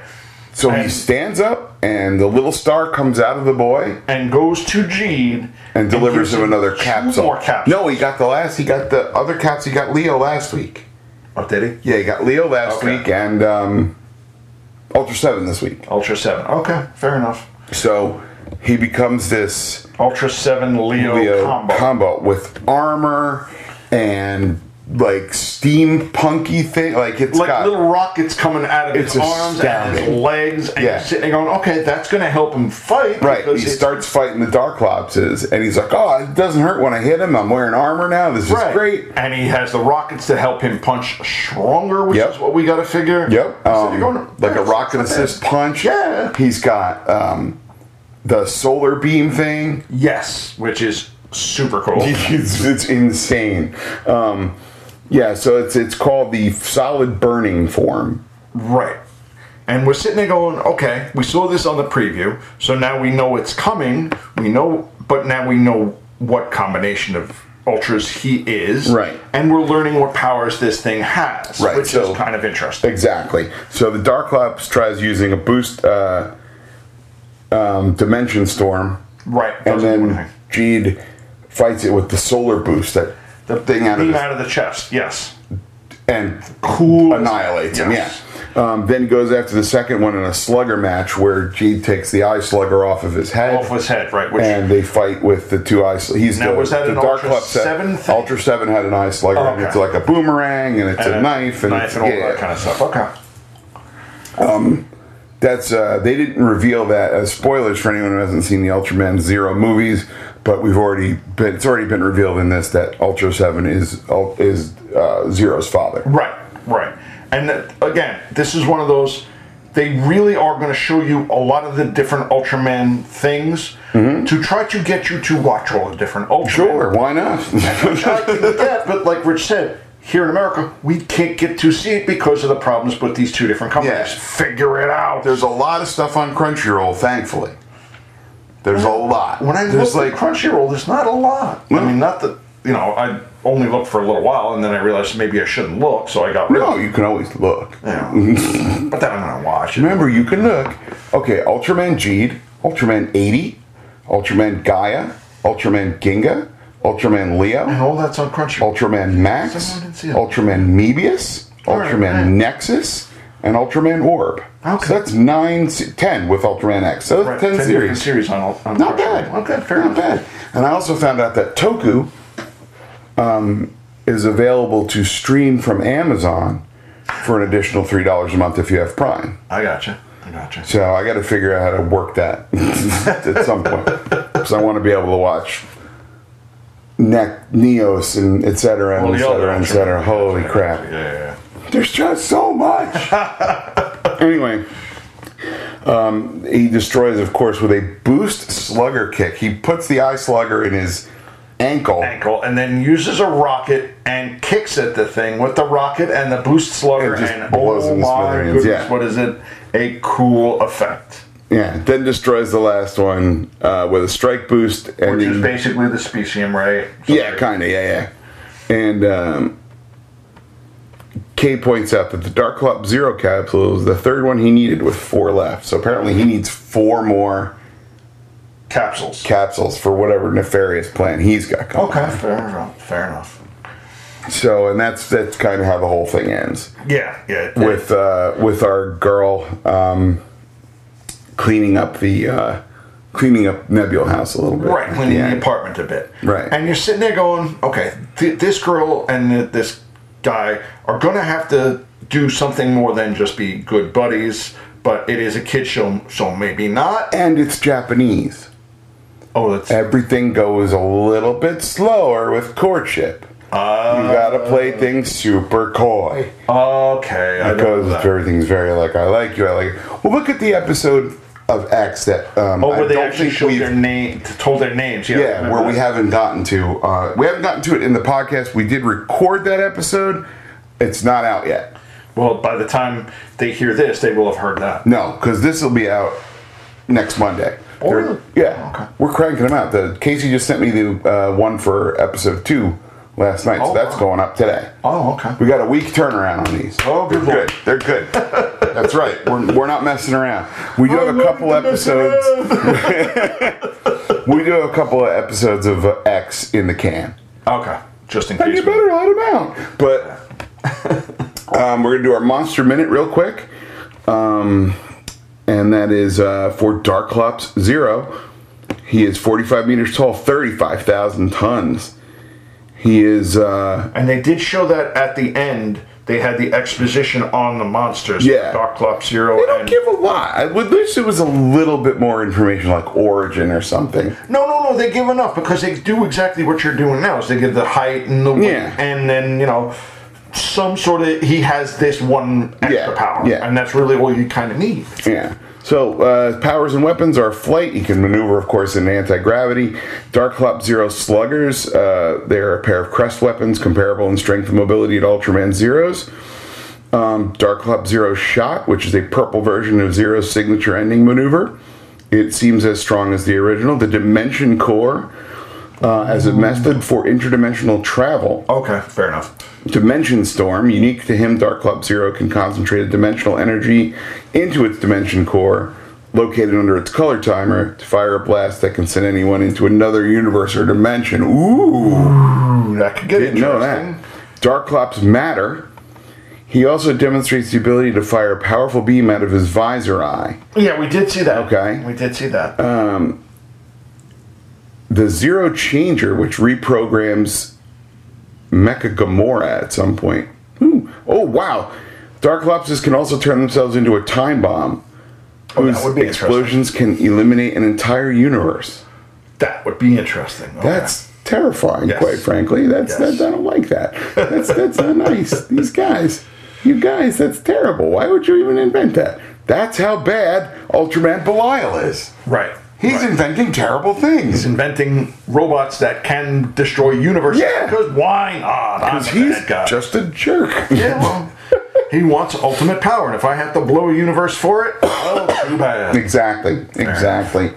[SPEAKER 2] So he
[SPEAKER 3] And-
[SPEAKER 2] stands up, and the little star comes out of the boy
[SPEAKER 3] And goes to Gene
[SPEAKER 2] and delivers
[SPEAKER 3] gives
[SPEAKER 2] him another
[SPEAKER 3] two
[SPEAKER 2] capsule.
[SPEAKER 3] More capsules.
[SPEAKER 2] No, he got the last. He got the other caps. He got Leo last week.
[SPEAKER 3] Oh, did he?
[SPEAKER 2] Yeah, he got Leo last
[SPEAKER 3] Okay.
[SPEAKER 2] week and um, Ultra Seven this week.
[SPEAKER 3] Ultra Seven. Okay, fair enough.
[SPEAKER 2] So he becomes this
[SPEAKER 3] Ultra Seven Leo,
[SPEAKER 2] Leo combo.
[SPEAKER 3] combo.
[SPEAKER 2] with armor and like steampunky thing. Like it's
[SPEAKER 3] like
[SPEAKER 2] got
[SPEAKER 3] little rockets coming out of
[SPEAKER 2] It's
[SPEAKER 3] his arms and his
[SPEAKER 2] astounding.
[SPEAKER 3] legs, and
[SPEAKER 2] Yeah.
[SPEAKER 3] you're sitting there going, "Okay, that's going to help him fight."
[SPEAKER 2] Right,
[SPEAKER 3] because
[SPEAKER 2] he
[SPEAKER 3] it's-
[SPEAKER 2] starts fighting the Darklopses, and he's like, "Oh, it doesn't hurt when I hit him. I'm wearing armor now. This is
[SPEAKER 3] Right.
[SPEAKER 2] great."
[SPEAKER 3] And he has the rockets to help him punch stronger, which
[SPEAKER 2] Yep.
[SPEAKER 3] is what we got to figure.
[SPEAKER 2] Yep,
[SPEAKER 3] So
[SPEAKER 2] um,
[SPEAKER 3] you're going,
[SPEAKER 2] like a
[SPEAKER 3] "That's
[SPEAKER 2] rocket
[SPEAKER 3] not bad."
[SPEAKER 2] assist punch.
[SPEAKER 3] Yeah.
[SPEAKER 2] he's got um, the solar beam thing.
[SPEAKER 3] Yes, which is super cool.
[SPEAKER 2] It's, it's insane. Um, yeah, so it's it's called the solid burning form.
[SPEAKER 3] right. And we're sitting there going, okay, we saw this on the preview, so now we know it's coming. We know, but now we know what combination of ultras he is.
[SPEAKER 2] Right.
[SPEAKER 3] And we're learning what powers this thing has,
[SPEAKER 2] Right,
[SPEAKER 3] which
[SPEAKER 2] so-
[SPEAKER 3] is kind of interesting.
[SPEAKER 2] Exactly. So the Darklops tries using a boost uh, um, dimension storm,
[SPEAKER 3] Right.
[SPEAKER 2] and
[SPEAKER 3] doesn't do
[SPEAKER 2] then
[SPEAKER 3] anything.
[SPEAKER 2] Jeed fights it with the solar boost that the thing out of
[SPEAKER 3] beam
[SPEAKER 2] his
[SPEAKER 3] out of the chest. Yes.
[SPEAKER 2] and
[SPEAKER 3] Cool.
[SPEAKER 2] annihilates him. Yeah.
[SPEAKER 3] Yes.
[SPEAKER 2] Um, then goes after the second one in a slugger match where Jeed takes the eye slugger off of his head.
[SPEAKER 3] Off his head, right? Which
[SPEAKER 2] and they fight with the two eyes. He's
[SPEAKER 3] Now,
[SPEAKER 2] the,
[SPEAKER 3] was that
[SPEAKER 2] the
[SPEAKER 3] an Ultra
[SPEAKER 2] Club set-
[SPEAKER 3] Seven thing?
[SPEAKER 2] Ultra Seven had an eye slugger, and
[SPEAKER 3] Okay.
[SPEAKER 2] it's like a boomerang, and it's a,
[SPEAKER 3] a
[SPEAKER 2] knife, and, it's-
[SPEAKER 3] knife and all
[SPEAKER 2] yeah.
[SPEAKER 3] that kind of stuff. Okay.
[SPEAKER 2] That's uh, they didn't reveal that as spoilers for anyone who hasn't seen the Ultraman Zero movies, but we've already been, it's already been revealed in this that Ultra Seven is is uh, Zero's father.
[SPEAKER 3] Right, right. And th- again, this is one of those. They really are going to show you a lot of the different Ultraman things to try to get you to watch all the different Ultraman.
[SPEAKER 2] Mm-hmm. Sure, why not?
[SPEAKER 3] I can get that, but like Rich said, here in America, we can't get to see it because of the problems with these two different companies.
[SPEAKER 2] Yeah.
[SPEAKER 3] Figure it out.
[SPEAKER 2] There's a lot of stuff on Crunchyroll, thankfully. There's a lot.
[SPEAKER 3] when I
[SPEAKER 2] there's
[SPEAKER 3] look like, at Crunchyroll, there's not a lot. I mean, not that you know, I only looked for a little while, and then I realized maybe I shouldn't look, so I got rid
[SPEAKER 2] no,
[SPEAKER 3] of it.
[SPEAKER 2] you can always look.
[SPEAKER 3] Yeah. but then I'm going to watch it.
[SPEAKER 2] Remember, you can look. Okay, Ultraman Jeed, Ultraman 80, Ultraman Gaia, Ultraman Ginga, Ultraman
[SPEAKER 3] And
[SPEAKER 2] Leo,
[SPEAKER 3] all that's on Crunchyroll.
[SPEAKER 2] Ultraman Max,
[SPEAKER 3] Someone didn't see it.
[SPEAKER 2] Ultraman Mebius,
[SPEAKER 3] All right,
[SPEAKER 2] Ultraman
[SPEAKER 3] right.
[SPEAKER 2] Nexus, and Ultraman Orb.
[SPEAKER 3] Okay.
[SPEAKER 2] So that's nine, se- ten with Ultraman X. So that's
[SPEAKER 3] Right,
[SPEAKER 2] 10,
[SPEAKER 3] ten different
[SPEAKER 2] series.
[SPEAKER 3] series on, all- on
[SPEAKER 2] Not
[SPEAKER 3] Crunchyroll.
[SPEAKER 2] bad.
[SPEAKER 3] Okay, fair
[SPEAKER 2] Not
[SPEAKER 3] enough.
[SPEAKER 2] bad. And I also found out that Toku um, is available to stream from Amazon for an additional three dollars a month if you have Prime.
[SPEAKER 3] I gotcha. I gotcha.
[SPEAKER 2] So I got to figure out how to work that at some point because I want to be able to watch ne- Neos and et cetera and et cetera and et cetera. Holy crap!
[SPEAKER 3] Yeah, yeah,
[SPEAKER 2] There's just so much. anyway, um, he destroys, of course, with a boost slugger kick. He puts the eye slugger in his ankle.
[SPEAKER 3] ankle and then uses a rocket and kicks at the thing with the rocket and the boost slugger
[SPEAKER 2] It just
[SPEAKER 3] and
[SPEAKER 2] blows
[SPEAKER 3] oh
[SPEAKER 2] into
[SPEAKER 3] my
[SPEAKER 2] smithereens,
[SPEAKER 3] goodness,
[SPEAKER 2] yeah.
[SPEAKER 3] what is it? A cool effect.
[SPEAKER 2] Yeah, then destroys the last one uh, with a strike boost and
[SPEAKER 3] Which is
[SPEAKER 2] the,
[SPEAKER 3] basically the specium ray.
[SPEAKER 2] Mm. yeah, kind of yeah yeah. And um, K points out that the Dark Club Zero capsule was the third one he needed with four left. So apparently he needs four more
[SPEAKER 3] Capsules.
[SPEAKER 2] capsules for whatever nefarious plan he's got going.
[SPEAKER 3] okay, fair enough. Fair enough.
[SPEAKER 2] So and that's that's kind of how the whole thing ends.
[SPEAKER 3] Yeah, yeah.
[SPEAKER 2] with uh, with our girl um, cleaning up the uh, cleaning up Nebula house a little bit.
[SPEAKER 3] Right, cleaning
[SPEAKER 2] Yeah.
[SPEAKER 3] the apartment a bit.
[SPEAKER 2] Right.
[SPEAKER 3] And you're sitting there going, okay, th- this girl and th- this guy are going to have to do something more than just be good buddies, but it is a kid show, so maybe not.
[SPEAKER 2] And it's Japanese.
[SPEAKER 3] Oh, that's.
[SPEAKER 2] Everything goes a little bit slower with courtship.
[SPEAKER 3] uh,
[SPEAKER 2] you gotta play things super coy
[SPEAKER 3] Okay, I know
[SPEAKER 2] because
[SPEAKER 3] that.
[SPEAKER 2] everything's very like I like you, I like. You. Well, look at the episode of X that um,
[SPEAKER 3] Oh,
[SPEAKER 2] I
[SPEAKER 3] where they
[SPEAKER 2] don't
[SPEAKER 3] actually
[SPEAKER 2] think
[SPEAKER 3] showed
[SPEAKER 2] we've-
[SPEAKER 3] their name, told their names. Yeah, I
[SPEAKER 2] Yeah,
[SPEAKER 3] remember
[SPEAKER 2] where we
[SPEAKER 3] that.
[SPEAKER 2] haven't gotten to. Uh, we haven't gotten to it in the podcast. We did record that episode. It's not out yet.
[SPEAKER 3] Well, by the time they hear this, they will have heard that.
[SPEAKER 2] No, because this will be out next Monday.
[SPEAKER 3] Oh,
[SPEAKER 2] They're-
[SPEAKER 3] really?
[SPEAKER 2] Yeah.
[SPEAKER 3] Okay.
[SPEAKER 2] We're cranking them out. The Casey just sent me the uh, one for episode two last night, so
[SPEAKER 3] Oh,
[SPEAKER 2] that's
[SPEAKER 3] wow.
[SPEAKER 2] going up today.
[SPEAKER 3] Oh, okay.
[SPEAKER 2] We got a week turnaround on these.
[SPEAKER 3] Oh, good
[SPEAKER 2] They're
[SPEAKER 3] lord.
[SPEAKER 2] good. They're good. That's right. We're, we're not messing around. We do
[SPEAKER 3] I
[SPEAKER 2] have a
[SPEAKER 3] love
[SPEAKER 2] couple
[SPEAKER 3] to mess
[SPEAKER 2] episodes. we do have a couple of episodes of uh, X in the can.
[SPEAKER 3] Okay, just in
[SPEAKER 2] And
[SPEAKER 3] case.
[SPEAKER 2] you better let him out. But um, we're gonna do our monster minute real quick, um, and that is uh, for Dark Clops Zero. He is 45 meters tall, 35,000 tons. He is uh,
[SPEAKER 3] And they did show that at the end. They had the exposition on the monsters.
[SPEAKER 2] Yeah.
[SPEAKER 3] Dark Clop Zero.
[SPEAKER 2] They don't
[SPEAKER 3] and-
[SPEAKER 2] give a lot. I would wish there was a little bit more information, like origin or something.
[SPEAKER 3] No, no, no. They give enough because they do exactly what you're doing now. Is they give the height and the weight,
[SPEAKER 2] Yeah.
[SPEAKER 3] and then you know some sort of he has this one extra
[SPEAKER 2] Yeah,
[SPEAKER 3] power,
[SPEAKER 2] yeah.
[SPEAKER 3] and that's really all you kind of need.
[SPEAKER 2] Yeah. So, uh, powers and weapons are flight. He can maneuver, of course, in anti gravity. Dark Clop Zero Sluggers, uh, they're a pair of crest weapons comparable in strength and mobility to Ultraman Zero's. Um, Dark Clop Zero Shot, which is a purple version of Zero's signature ending maneuver. It seems as strong as the original. The Dimension Core uh, as a method for interdimensional travel.
[SPEAKER 3] Okay, fair enough.
[SPEAKER 2] Dimension Storm, unique to him, Dark Club Zero can concentrate a dimensional energy into its dimension core, located under its color timer, to fire a blast that can send anyone into another universe or dimension. Ooh,
[SPEAKER 3] Ooh, that could get
[SPEAKER 2] didn't know that. Dark Clop's Matter. He also demonstrates the ability to fire a powerful beam out of his visor eye.
[SPEAKER 3] Yeah, we did see that.
[SPEAKER 2] Okay. Uh,
[SPEAKER 3] we did see that.
[SPEAKER 2] The Zero Changer, which reprograms Mecha Gamora at some point. Ooh. Oh, wow. Dark Lopses can also turn themselves into a time bomb,
[SPEAKER 3] Oh, that
[SPEAKER 2] whose
[SPEAKER 3] would be
[SPEAKER 2] explosions can eliminate an entire universe.
[SPEAKER 3] that would be interesting. Okay.
[SPEAKER 2] That's terrifying,
[SPEAKER 3] Yes.
[SPEAKER 2] quite frankly. That's
[SPEAKER 3] Yes.
[SPEAKER 2] that, I don't like that. That's that's not nice. These guys, you guys, that's terrible. Why would you even invent that? That's how bad Ultraman Belial is.
[SPEAKER 3] right.
[SPEAKER 2] He's
[SPEAKER 3] right.
[SPEAKER 2] inventing terrible things.
[SPEAKER 3] He's inventing robots that can destroy universes.
[SPEAKER 2] Yeah.
[SPEAKER 3] Because why not? I'm
[SPEAKER 2] Because
[SPEAKER 3] the
[SPEAKER 2] he's
[SPEAKER 3] bad guy.
[SPEAKER 2] just a jerk.
[SPEAKER 3] Yeah, well, he wants ultimate power, and if I have to blow a universe for it, oh, too bad.
[SPEAKER 2] Exactly. Exactly.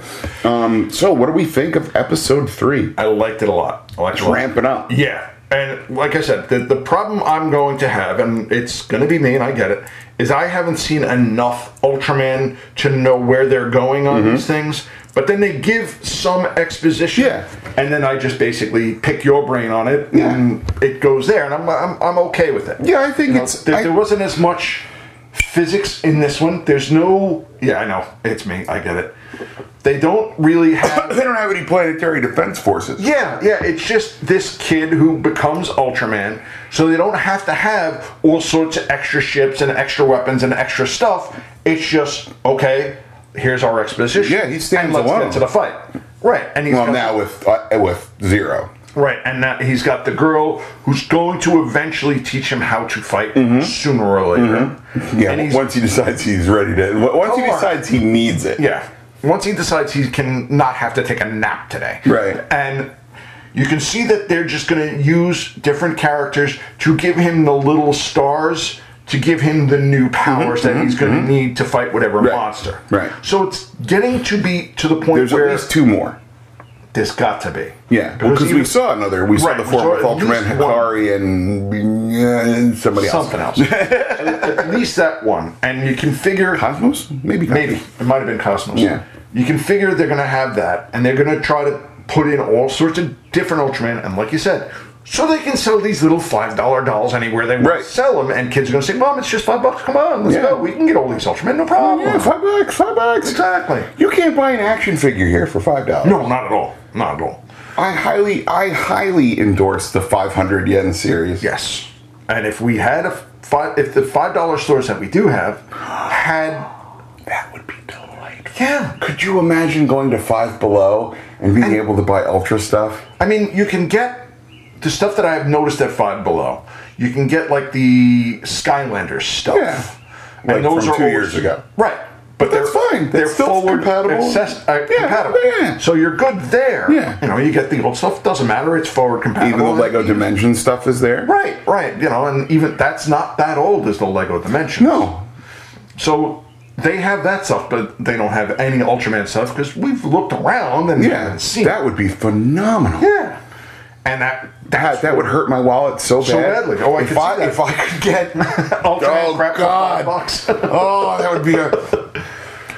[SPEAKER 2] Um, so, what do we think of episode three?
[SPEAKER 3] I liked it a lot. I liked it a lot.
[SPEAKER 2] Ramping up.
[SPEAKER 3] Yeah. And like I said, the, the problem I'm going to have, and it's going to be me, and I get it, is I haven't seen enough Ultraman to know where they're going on these things. But then they give some exposition,
[SPEAKER 2] Mm-hmm. Yeah.
[SPEAKER 3] and then I just basically pick your brain on it,
[SPEAKER 2] Yeah.
[SPEAKER 3] and it goes there, and I'm I'm, I'm okay with it.
[SPEAKER 2] Yeah, I think
[SPEAKER 3] You know,
[SPEAKER 2] it's-
[SPEAKER 3] there,
[SPEAKER 2] I-
[SPEAKER 3] there wasn't as much physics in this one. There's no. Yeah, I know it's me. I get it. They don't really have
[SPEAKER 2] They don't have any planetary defense forces.
[SPEAKER 3] yeah, yeah. It's just this kid who becomes Ultraman, so they don't have to have all sorts of extra ships and extra weapons and extra stuff. It's just okay. Here's our exposition.
[SPEAKER 2] Yeah, he stands
[SPEAKER 3] and let's
[SPEAKER 2] alone.
[SPEAKER 3] Get to the fight, right? And he's
[SPEAKER 2] Well,
[SPEAKER 3] got-
[SPEAKER 2] now with uh, with zero.
[SPEAKER 3] right, and that he's got the girl who's going to eventually teach him how to fight
[SPEAKER 2] Mm-hmm.
[SPEAKER 3] sooner or later.
[SPEAKER 2] Yeah.
[SPEAKER 3] and he's,
[SPEAKER 2] once he decides he's ready to, w- once he
[SPEAKER 3] Oh, all right.
[SPEAKER 2] decides he needs it.
[SPEAKER 3] Yeah. Once he decides he can not have to take a nap today.
[SPEAKER 2] Right.
[SPEAKER 3] And You can see that they're just going to use different characters to give him the little stars to give him the new powers that he's going to need to fight whatever
[SPEAKER 2] Mm-hmm. Right,
[SPEAKER 3] monster.
[SPEAKER 2] right.
[SPEAKER 3] So it's getting to be to the point
[SPEAKER 2] There's
[SPEAKER 3] where
[SPEAKER 2] at least two more.
[SPEAKER 3] this got to be.
[SPEAKER 2] Yeah, because
[SPEAKER 3] even-
[SPEAKER 2] we saw another. We
[SPEAKER 3] Right,
[SPEAKER 2] saw the
[SPEAKER 3] we
[SPEAKER 2] four
[SPEAKER 3] saw
[SPEAKER 2] with
[SPEAKER 3] at least
[SPEAKER 2] Ultraman,
[SPEAKER 3] one.
[SPEAKER 2] Hikari, and, uh, and somebody else.
[SPEAKER 3] something else. at least that one, and you can figure
[SPEAKER 2] Cosmos? Maybe.
[SPEAKER 3] maybe it might have been Cosmos.
[SPEAKER 2] Yeah.
[SPEAKER 3] you can figure they're going to have that, and they're going to try to put in all sorts of different Ultraman, and like you said. So they can sell these little five dollar dolls anywhere they want
[SPEAKER 2] Right.
[SPEAKER 3] to sell them, and kids are going to say, "Mom, it's just five bucks. Come on, let's
[SPEAKER 2] Yeah.
[SPEAKER 3] go. We can get all these Ultraman, no problem."
[SPEAKER 2] Yeah, five bucks, five bucks.
[SPEAKER 3] Exactly.
[SPEAKER 2] You can't buy an action figure here for five dollars.
[SPEAKER 3] No, not at all. Not at all.
[SPEAKER 2] I highly, I highly endorse the 500 yen series.
[SPEAKER 3] Yes. And if we had a five, if the five dollar stores that we do have had,
[SPEAKER 2] That would be delightful.
[SPEAKER 3] yeah,
[SPEAKER 2] Could you imagine going to Five Below and being able to buy Ultra stuff?
[SPEAKER 3] I mean, you can get the stuff that I have noticed at Five Below. You can get like the Skylanders stuff.
[SPEAKER 2] Yeah. Like from two years ago.
[SPEAKER 3] Right. But
[SPEAKER 2] That's
[SPEAKER 3] they're
[SPEAKER 2] fine.
[SPEAKER 3] They're
[SPEAKER 2] That's still
[SPEAKER 3] forward
[SPEAKER 2] compatible.
[SPEAKER 3] access- uh,
[SPEAKER 2] Yeah,
[SPEAKER 3] compatible.
[SPEAKER 2] yeah.
[SPEAKER 3] So you're good there.
[SPEAKER 2] Yeah.
[SPEAKER 3] You know, you get the old stuff. Doesn't matter. It's forward compatible.
[SPEAKER 2] Even the Lego
[SPEAKER 3] Dimension.
[SPEAKER 2] Dimension stuff is there.
[SPEAKER 3] Right. Right. You know, and even that's not that old as the Lego Dimension.
[SPEAKER 2] No.
[SPEAKER 3] So they have that stuff, but they don't have any Ultraman stuff because we've looked around and
[SPEAKER 2] Yeah.
[SPEAKER 3] haven't seen.
[SPEAKER 2] That would be phenomenal.
[SPEAKER 3] it. yeah, and that
[SPEAKER 2] That, that would hurt my wallet so,
[SPEAKER 3] So
[SPEAKER 2] bad.
[SPEAKER 3] badly. Oh, I
[SPEAKER 2] if
[SPEAKER 3] could see
[SPEAKER 2] I
[SPEAKER 3] that.
[SPEAKER 2] if I could get
[SPEAKER 3] Ultraman
[SPEAKER 2] oh
[SPEAKER 3] crap for
[SPEAKER 2] god,
[SPEAKER 3] five bucks.
[SPEAKER 2] oh that would be a.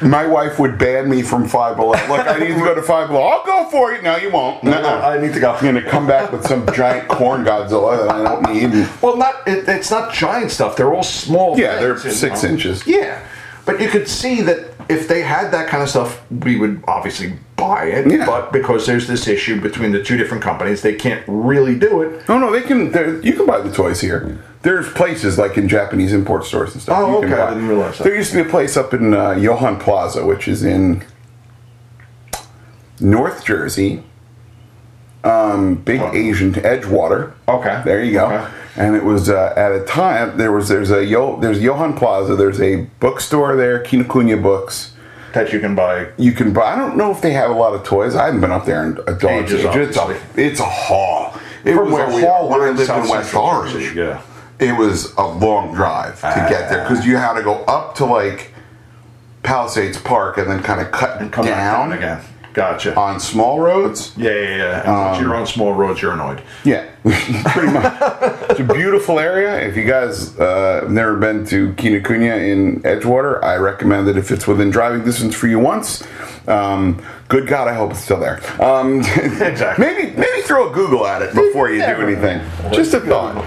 [SPEAKER 2] My wife would ban me from Five Below. Look, I need to go to Five Below. I'll go for it. No, you won't. No,
[SPEAKER 3] no, I need to go.
[SPEAKER 2] I'm gonna come back with some giant corn Godzilla that I don't need. And,
[SPEAKER 3] Well, not it, it's not giant stuff. They're all small.
[SPEAKER 2] yeah, they're
[SPEAKER 3] things, you
[SPEAKER 2] six
[SPEAKER 3] know.
[SPEAKER 2] inches.
[SPEAKER 3] Yeah, but you could see that if they had that kind of stuff, we would obviously buy it.
[SPEAKER 2] Yeah.
[SPEAKER 3] But because there's this issue between the two different companies, they can't really do it.
[SPEAKER 2] No, no, they can. they're- You can buy the toys here. There's places like in Japanese import stores and stuff.
[SPEAKER 3] Oh,
[SPEAKER 2] you can
[SPEAKER 3] okay, I
[SPEAKER 2] buy.
[SPEAKER 3] didn't realize that.
[SPEAKER 2] There used to be a place up in uh, Johan Plaza, which is in North Jersey. Um, big Asian Edgewater.
[SPEAKER 3] Okay.
[SPEAKER 2] there you go.
[SPEAKER 3] Okay.
[SPEAKER 2] And it was uh, at a time there was there's a Yo, there's Johan Plaza. There's a bookstore there, Kinokuniya Books.
[SPEAKER 3] That you can buy.
[SPEAKER 2] You can buy. I don't know if they have a lot of toys. I haven't been up there in a dog's
[SPEAKER 3] Ages,
[SPEAKER 2] age. It's a,
[SPEAKER 3] obviously.
[SPEAKER 2] it's a haul. It
[SPEAKER 3] From
[SPEAKER 2] was
[SPEAKER 3] where we
[SPEAKER 2] a haul
[SPEAKER 3] are,
[SPEAKER 2] when
[SPEAKER 3] we're
[SPEAKER 2] I
[SPEAKER 3] in
[SPEAKER 2] lived in
[SPEAKER 3] South
[SPEAKER 2] West
[SPEAKER 3] Central
[SPEAKER 2] Orange.
[SPEAKER 3] Jersey, yeah.
[SPEAKER 2] It was a long drive to get there because you had to go up to like Palisades Park and then kind of cut
[SPEAKER 3] Come back
[SPEAKER 2] down, Uh,
[SPEAKER 3] again. Gotcha.
[SPEAKER 2] on small roads.
[SPEAKER 3] Yeah, yeah, yeah. And
[SPEAKER 2] um,
[SPEAKER 3] once you're on small roads, you're annoyed.
[SPEAKER 2] Yeah, pretty much. it's a beautiful area. If you guys uh, have never been to Kinokuniya in Edgewater, I recommend it if it's within driving distance for you once. Um, good God, I hope it's still there. Um,
[SPEAKER 3] Exactly.
[SPEAKER 2] maybe maybe throw a Google at it before you do
[SPEAKER 3] Never.
[SPEAKER 2] anything. Just a thought.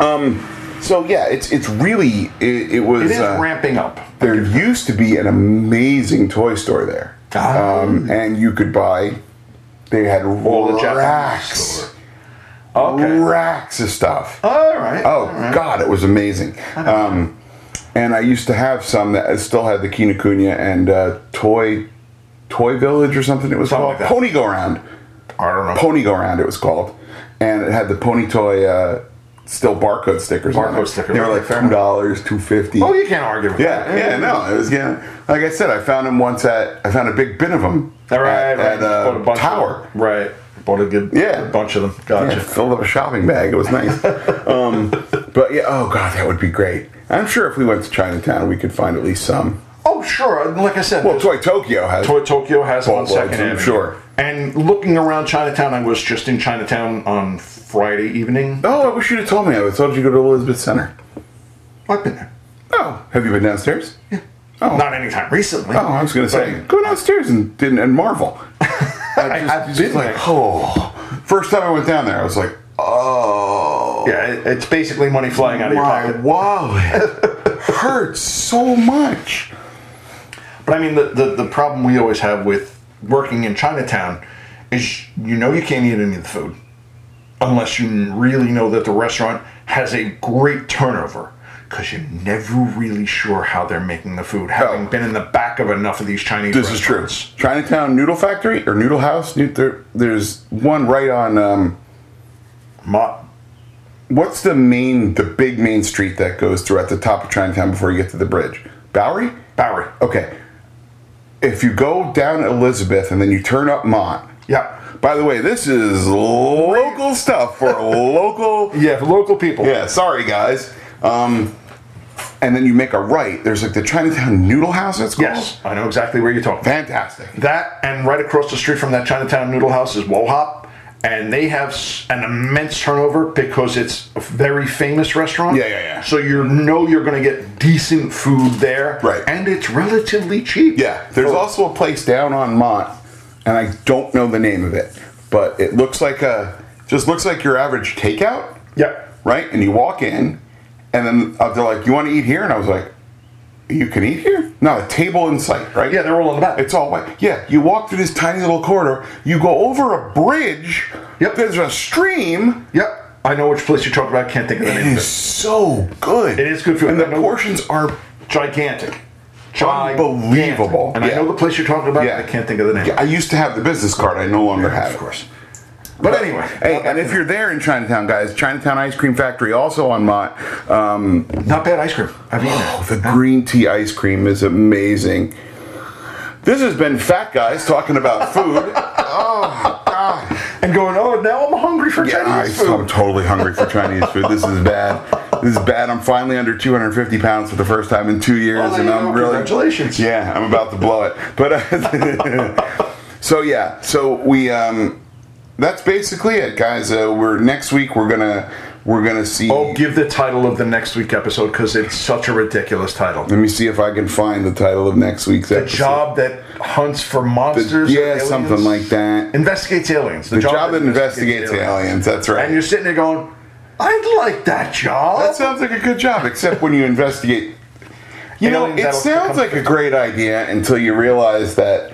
[SPEAKER 2] um, so yeah, it's it's really it, it was.
[SPEAKER 3] It is
[SPEAKER 2] uh,
[SPEAKER 3] ramping up.
[SPEAKER 2] there used to be an amazing toy store there,
[SPEAKER 3] Ah.
[SPEAKER 2] um, and you could buy. They had
[SPEAKER 3] All the Japanese
[SPEAKER 2] racks
[SPEAKER 3] store. Okay.
[SPEAKER 2] racks of stuff.
[SPEAKER 3] All right.
[SPEAKER 2] Oh God, it was amazing. Um, and I used to have some that I still had the Kinokuniya and uh, Toy Toy Village or something. It was
[SPEAKER 3] Something
[SPEAKER 2] called
[SPEAKER 3] like that.
[SPEAKER 2] Pony Go Round.
[SPEAKER 3] I don't know.
[SPEAKER 2] Pony Go Round. It was called, and it had the Pony Toy uh, still barcode stickers. on
[SPEAKER 3] Barcode
[SPEAKER 2] it.
[SPEAKER 3] sticker,
[SPEAKER 2] They were
[SPEAKER 3] right,
[SPEAKER 2] like
[SPEAKER 3] fair
[SPEAKER 2] two dollars, two fifty.
[SPEAKER 3] oh, you can't argue with
[SPEAKER 2] Yeah,
[SPEAKER 3] that.
[SPEAKER 2] yeah, no, it was yeah. Like I said, I found him once at I found a big bin of them
[SPEAKER 3] All right.
[SPEAKER 2] at,
[SPEAKER 3] right.
[SPEAKER 2] at uh,
[SPEAKER 3] Bought a bunch of
[SPEAKER 2] Tower.
[SPEAKER 3] them. Right. Bought a good
[SPEAKER 2] Yeah.
[SPEAKER 3] a bunch of them. Gotcha.
[SPEAKER 2] Yeah, filled up a shopping bag. It was nice. um, but yeah, oh god, that would be great. I'm sure if we went to Chinatown, we could find at least some.
[SPEAKER 3] Oh, sure. And Like I said,
[SPEAKER 2] Well,
[SPEAKER 3] well,
[SPEAKER 2] Toy Tokyo has.
[SPEAKER 3] Toy Tokyo has
[SPEAKER 2] Well,
[SPEAKER 3] one
[SPEAKER 2] well,
[SPEAKER 3] second
[SPEAKER 2] I'm
[SPEAKER 3] Avenue.
[SPEAKER 2] sure.
[SPEAKER 3] And looking around Chinatown, I was just in Chinatown on Friday evening.
[SPEAKER 2] oh, I wish you'd have told me. I would have told you to go to Elizabeth Center.
[SPEAKER 3] I've been there.
[SPEAKER 2] Oh, have you been downstairs? Yeah. Oh,
[SPEAKER 3] Not anytime recently.
[SPEAKER 2] oh I was going to say,
[SPEAKER 3] But-
[SPEAKER 2] go downstairs and didn't and marvel. I just,
[SPEAKER 3] I've
[SPEAKER 2] just
[SPEAKER 3] been
[SPEAKER 2] like,
[SPEAKER 3] there.
[SPEAKER 2] oh. First time I went down there, I was like, oh.
[SPEAKER 3] Yeah, it- it's basically money flying out of your
[SPEAKER 2] My
[SPEAKER 3] pocket.
[SPEAKER 2] wallet hurts so much.
[SPEAKER 3] But I mean, the, the, the problem we always have with working in Chinatown is you know you can't eat any of the food unless you really know that the restaurant has a great turnover because you're never really sure how they're making the food, having
[SPEAKER 2] Oh.
[SPEAKER 3] been in the back of enough of these Chinese
[SPEAKER 2] This is true.
[SPEAKER 3] restaurants.
[SPEAKER 2] Chinatown Noodle Factory or Noodle House. new- there- There's one right on. Um,
[SPEAKER 3] Ma-
[SPEAKER 2] what's the main, the big main street that goes through at the top of Chinatown before you get to the bridge? Bowery.
[SPEAKER 3] Bowery.
[SPEAKER 2] Okay. If you go down Elizabeth and then you turn up Mont,
[SPEAKER 3] Yeah.
[SPEAKER 2] By the way, this is local stuff for local.
[SPEAKER 3] Yeah, for local people.
[SPEAKER 2] Yeah, sorry guys. Um, and then you make a right. There's like the Chinatown Noodle House. It's called.
[SPEAKER 3] Yes, I know exactly where you're talking.
[SPEAKER 2] Fantastic.
[SPEAKER 3] That and right across the street from that Chinatown noodle house is Wohop, and they have s- an immense turnover because it's a very famous restaurant.
[SPEAKER 2] Yeah, yeah, yeah.
[SPEAKER 3] So you know you're going to get decent food there,
[SPEAKER 2] Right.
[SPEAKER 3] And it's relatively cheap. Oh.
[SPEAKER 2] Yeah, there's
[SPEAKER 3] So-
[SPEAKER 2] also a place down on Mont, and I don't know the name of it, but it looks like a just looks like your average takeout,
[SPEAKER 3] yeah.
[SPEAKER 2] right? And you walk in, and then uh, they're like, "You want to eat here?" And I was like, "You can eat here? No, a table in sight, right?"
[SPEAKER 3] Yeah, they're all in the back.
[SPEAKER 2] It's all white. Yeah, you walk through this tiny little corridor. You go over a bridge.
[SPEAKER 3] Yep.
[SPEAKER 2] There's a stream.
[SPEAKER 3] Yep. I know which place you're talking about. I can't think of the
[SPEAKER 2] It
[SPEAKER 3] name. of
[SPEAKER 2] is
[SPEAKER 3] it.
[SPEAKER 2] so good.
[SPEAKER 3] It is good food.
[SPEAKER 2] And
[SPEAKER 3] I
[SPEAKER 2] the
[SPEAKER 3] know-
[SPEAKER 2] portions are.
[SPEAKER 3] Gigantic.
[SPEAKER 2] Unbelievable.
[SPEAKER 3] Gigantic. And
[SPEAKER 2] Yeah.
[SPEAKER 3] I know the place you're talking about. I can't think of the name.
[SPEAKER 2] I used to have the business card. I no longer have.
[SPEAKER 3] of course. But anyway,
[SPEAKER 2] Hey, and if you're there in Chinatown, guys, Chinatown Ice Cream Factory, also on Mott, um,
[SPEAKER 3] not bad ice cream. I've eaten it.
[SPEAKER 2] Oh, the green tea ice cream is amazing. This has been Fat Guys talking about food. oh, God.
[SPEAKER 3] and going, oh, now I'm hungry for
[SPEAKER 2] Yeah, I,
[SPEAKER 3] Chinese food.
[SPEAKER 2] am totally hungry for Chinese food. This is bad. This is bad. I'm finally under 250 pounds for the first time in two years,
[SPEAKER 3] Well,
[SPEAKER 2] and
[SPEAKER 3] there
[SPEAKER 2] I'm
[SPEAKER 3] Oh, you go.
[SPEAKER 2] really
[SPEAKER 3] Congratulations.
[SPEAKER 2] Yeah, I'm about to blow it. But uh, so yeah, so we um, that's basically it, guys. Uh, we're next week. We're gonna we're gonna see.
[SPEAKER 3] Oh, give the title of the next week episode because it's such a ridiculous title.
[SPEAKER 2] Let me see if I can find the title of next week's
[SPEAKER 3] The job that hunts for monsters.
[SPEAKER 2] yeah,
[SPEAKER 3] and aliens-
[SPEAKER 2] something like that.
[SPEAKER 3] Investigates aliens.
[SPEAKER 2] the job, that investigates aliens. That's right.
[SPEAKER 3] And you're sitting there going, I'd like that job.
[SPEAKER 2] That sounds like a good job, except when you investigate. You know,
[SPEAKER 3] Aliens
[SPEAKER 2] it
[SPEAKER 3] that'll
[SPEAKER 2] sounds
[SPEAKER 3] become-
[SPEAKER 2] like a great idea until you realize that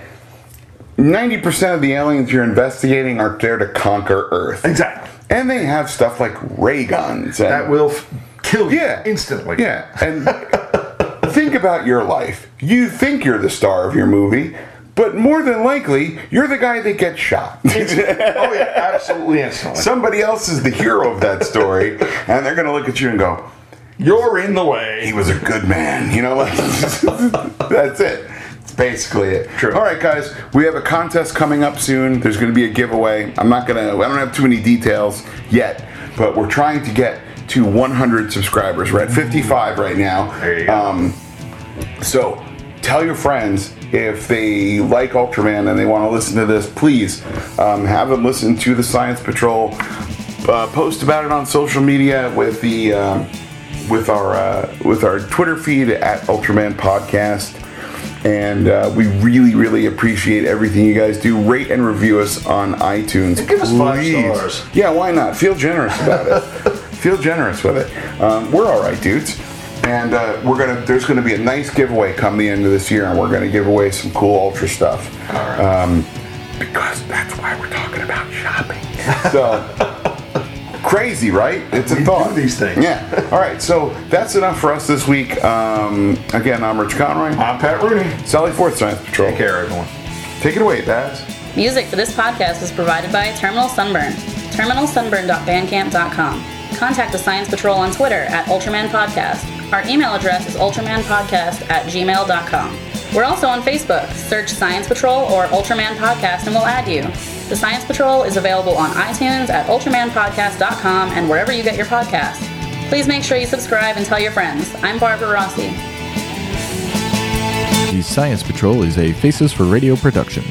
[SPEAKER 2] 90% of the aliens you're investigating are there to conquer Earth.
[SPEAKER 3] exactly.
[SPEAKER 2] And they have stuff like ray guns. And,
[SPEAKER 3] That will f- kill you
[SPEAKER 2] yeah,
[SPEAKER 3] instantly.
[SPEAKER 2] Yeah. And think about your life. You think you're the star of your movie, but more than likely, you're the guy that gets shot.
[SPEAKER 3] Oh, yeah, absolutely instantly.
[SPEAKER 2] Somebody else is the hero of that story, and they're going to look at you and go,
[SPEAKER 3] you're in the way.
[SPEAKER 2] he was a good man. You know, like that's it. That's basically it.
[SPEAKER 3] True.
[SPEAKER 2] All right, guys, we have a contest coming up soon. There's going to be a giveaway. I'm not gonna. I don't have too many details yet, but we're trying to get to 100 subscribers. We're at 55 right now.
[SPEAKER 3] There you go.
[SPEAKER 2] Um, so tell your friends if they like Ultraman and they want to listen to this, please um, have them listen to the Science Patrol. Uh, post about it on social media with the um with our uh, with our Twitter feed at Ultraman Podcast. And uh, we really, really appreciate everything you guys do. Rate and review us on iTunes.
[SPEAKER 3] give us five
[SPEAKER 2] please.
[SPEAKER 3] stars.
[SPEAKER 2] Yeah, why not? Feel generous about it. Feel generous with it. Um, we're all right, dudes. And uh, we're gonna. There's gonna be a nice giveaway come the end of this year, and we're gonna give away some cool Ultra stuff. Um, because that's why we're talking about shopping. So crazy, right? It's a
[SPEAKER 3] We do
[SPEAKER 2] thought.
[SPEAKER 3] these things.
[SPEAKER 2] Yeah. All right. So that's enough for us this week. Um, again, I'm Rich Conroy.
[SPEAKER 3] I'm Pat Rooney.
[SPEAKER 2] Sally Forth Science Patrol.
[SPEAKER 3] Take care, everyone.
[SPEAKER 2] Take it away, Babs.
[SPEAKER 1] Music for this podcast was provided by Terminal Sunburn. TerminalSunburn.bandcamp.com. Contact the Science Patrol on Twitter at Ultraman Podcast. Our email address is ultramanpodcast at gmail.com. We're also on Facebook. Search Science Patrol or Ultraman Podcast and we'll add you. The Science Patrol is available on iTunes at ultramanpodcast.com and wherever you get your podcasts. Please make sure you subscribe and tell your friends. I'm Barbara Rossi.
[SPEAKER 4] The Science Patrol is a Faces for Radio production.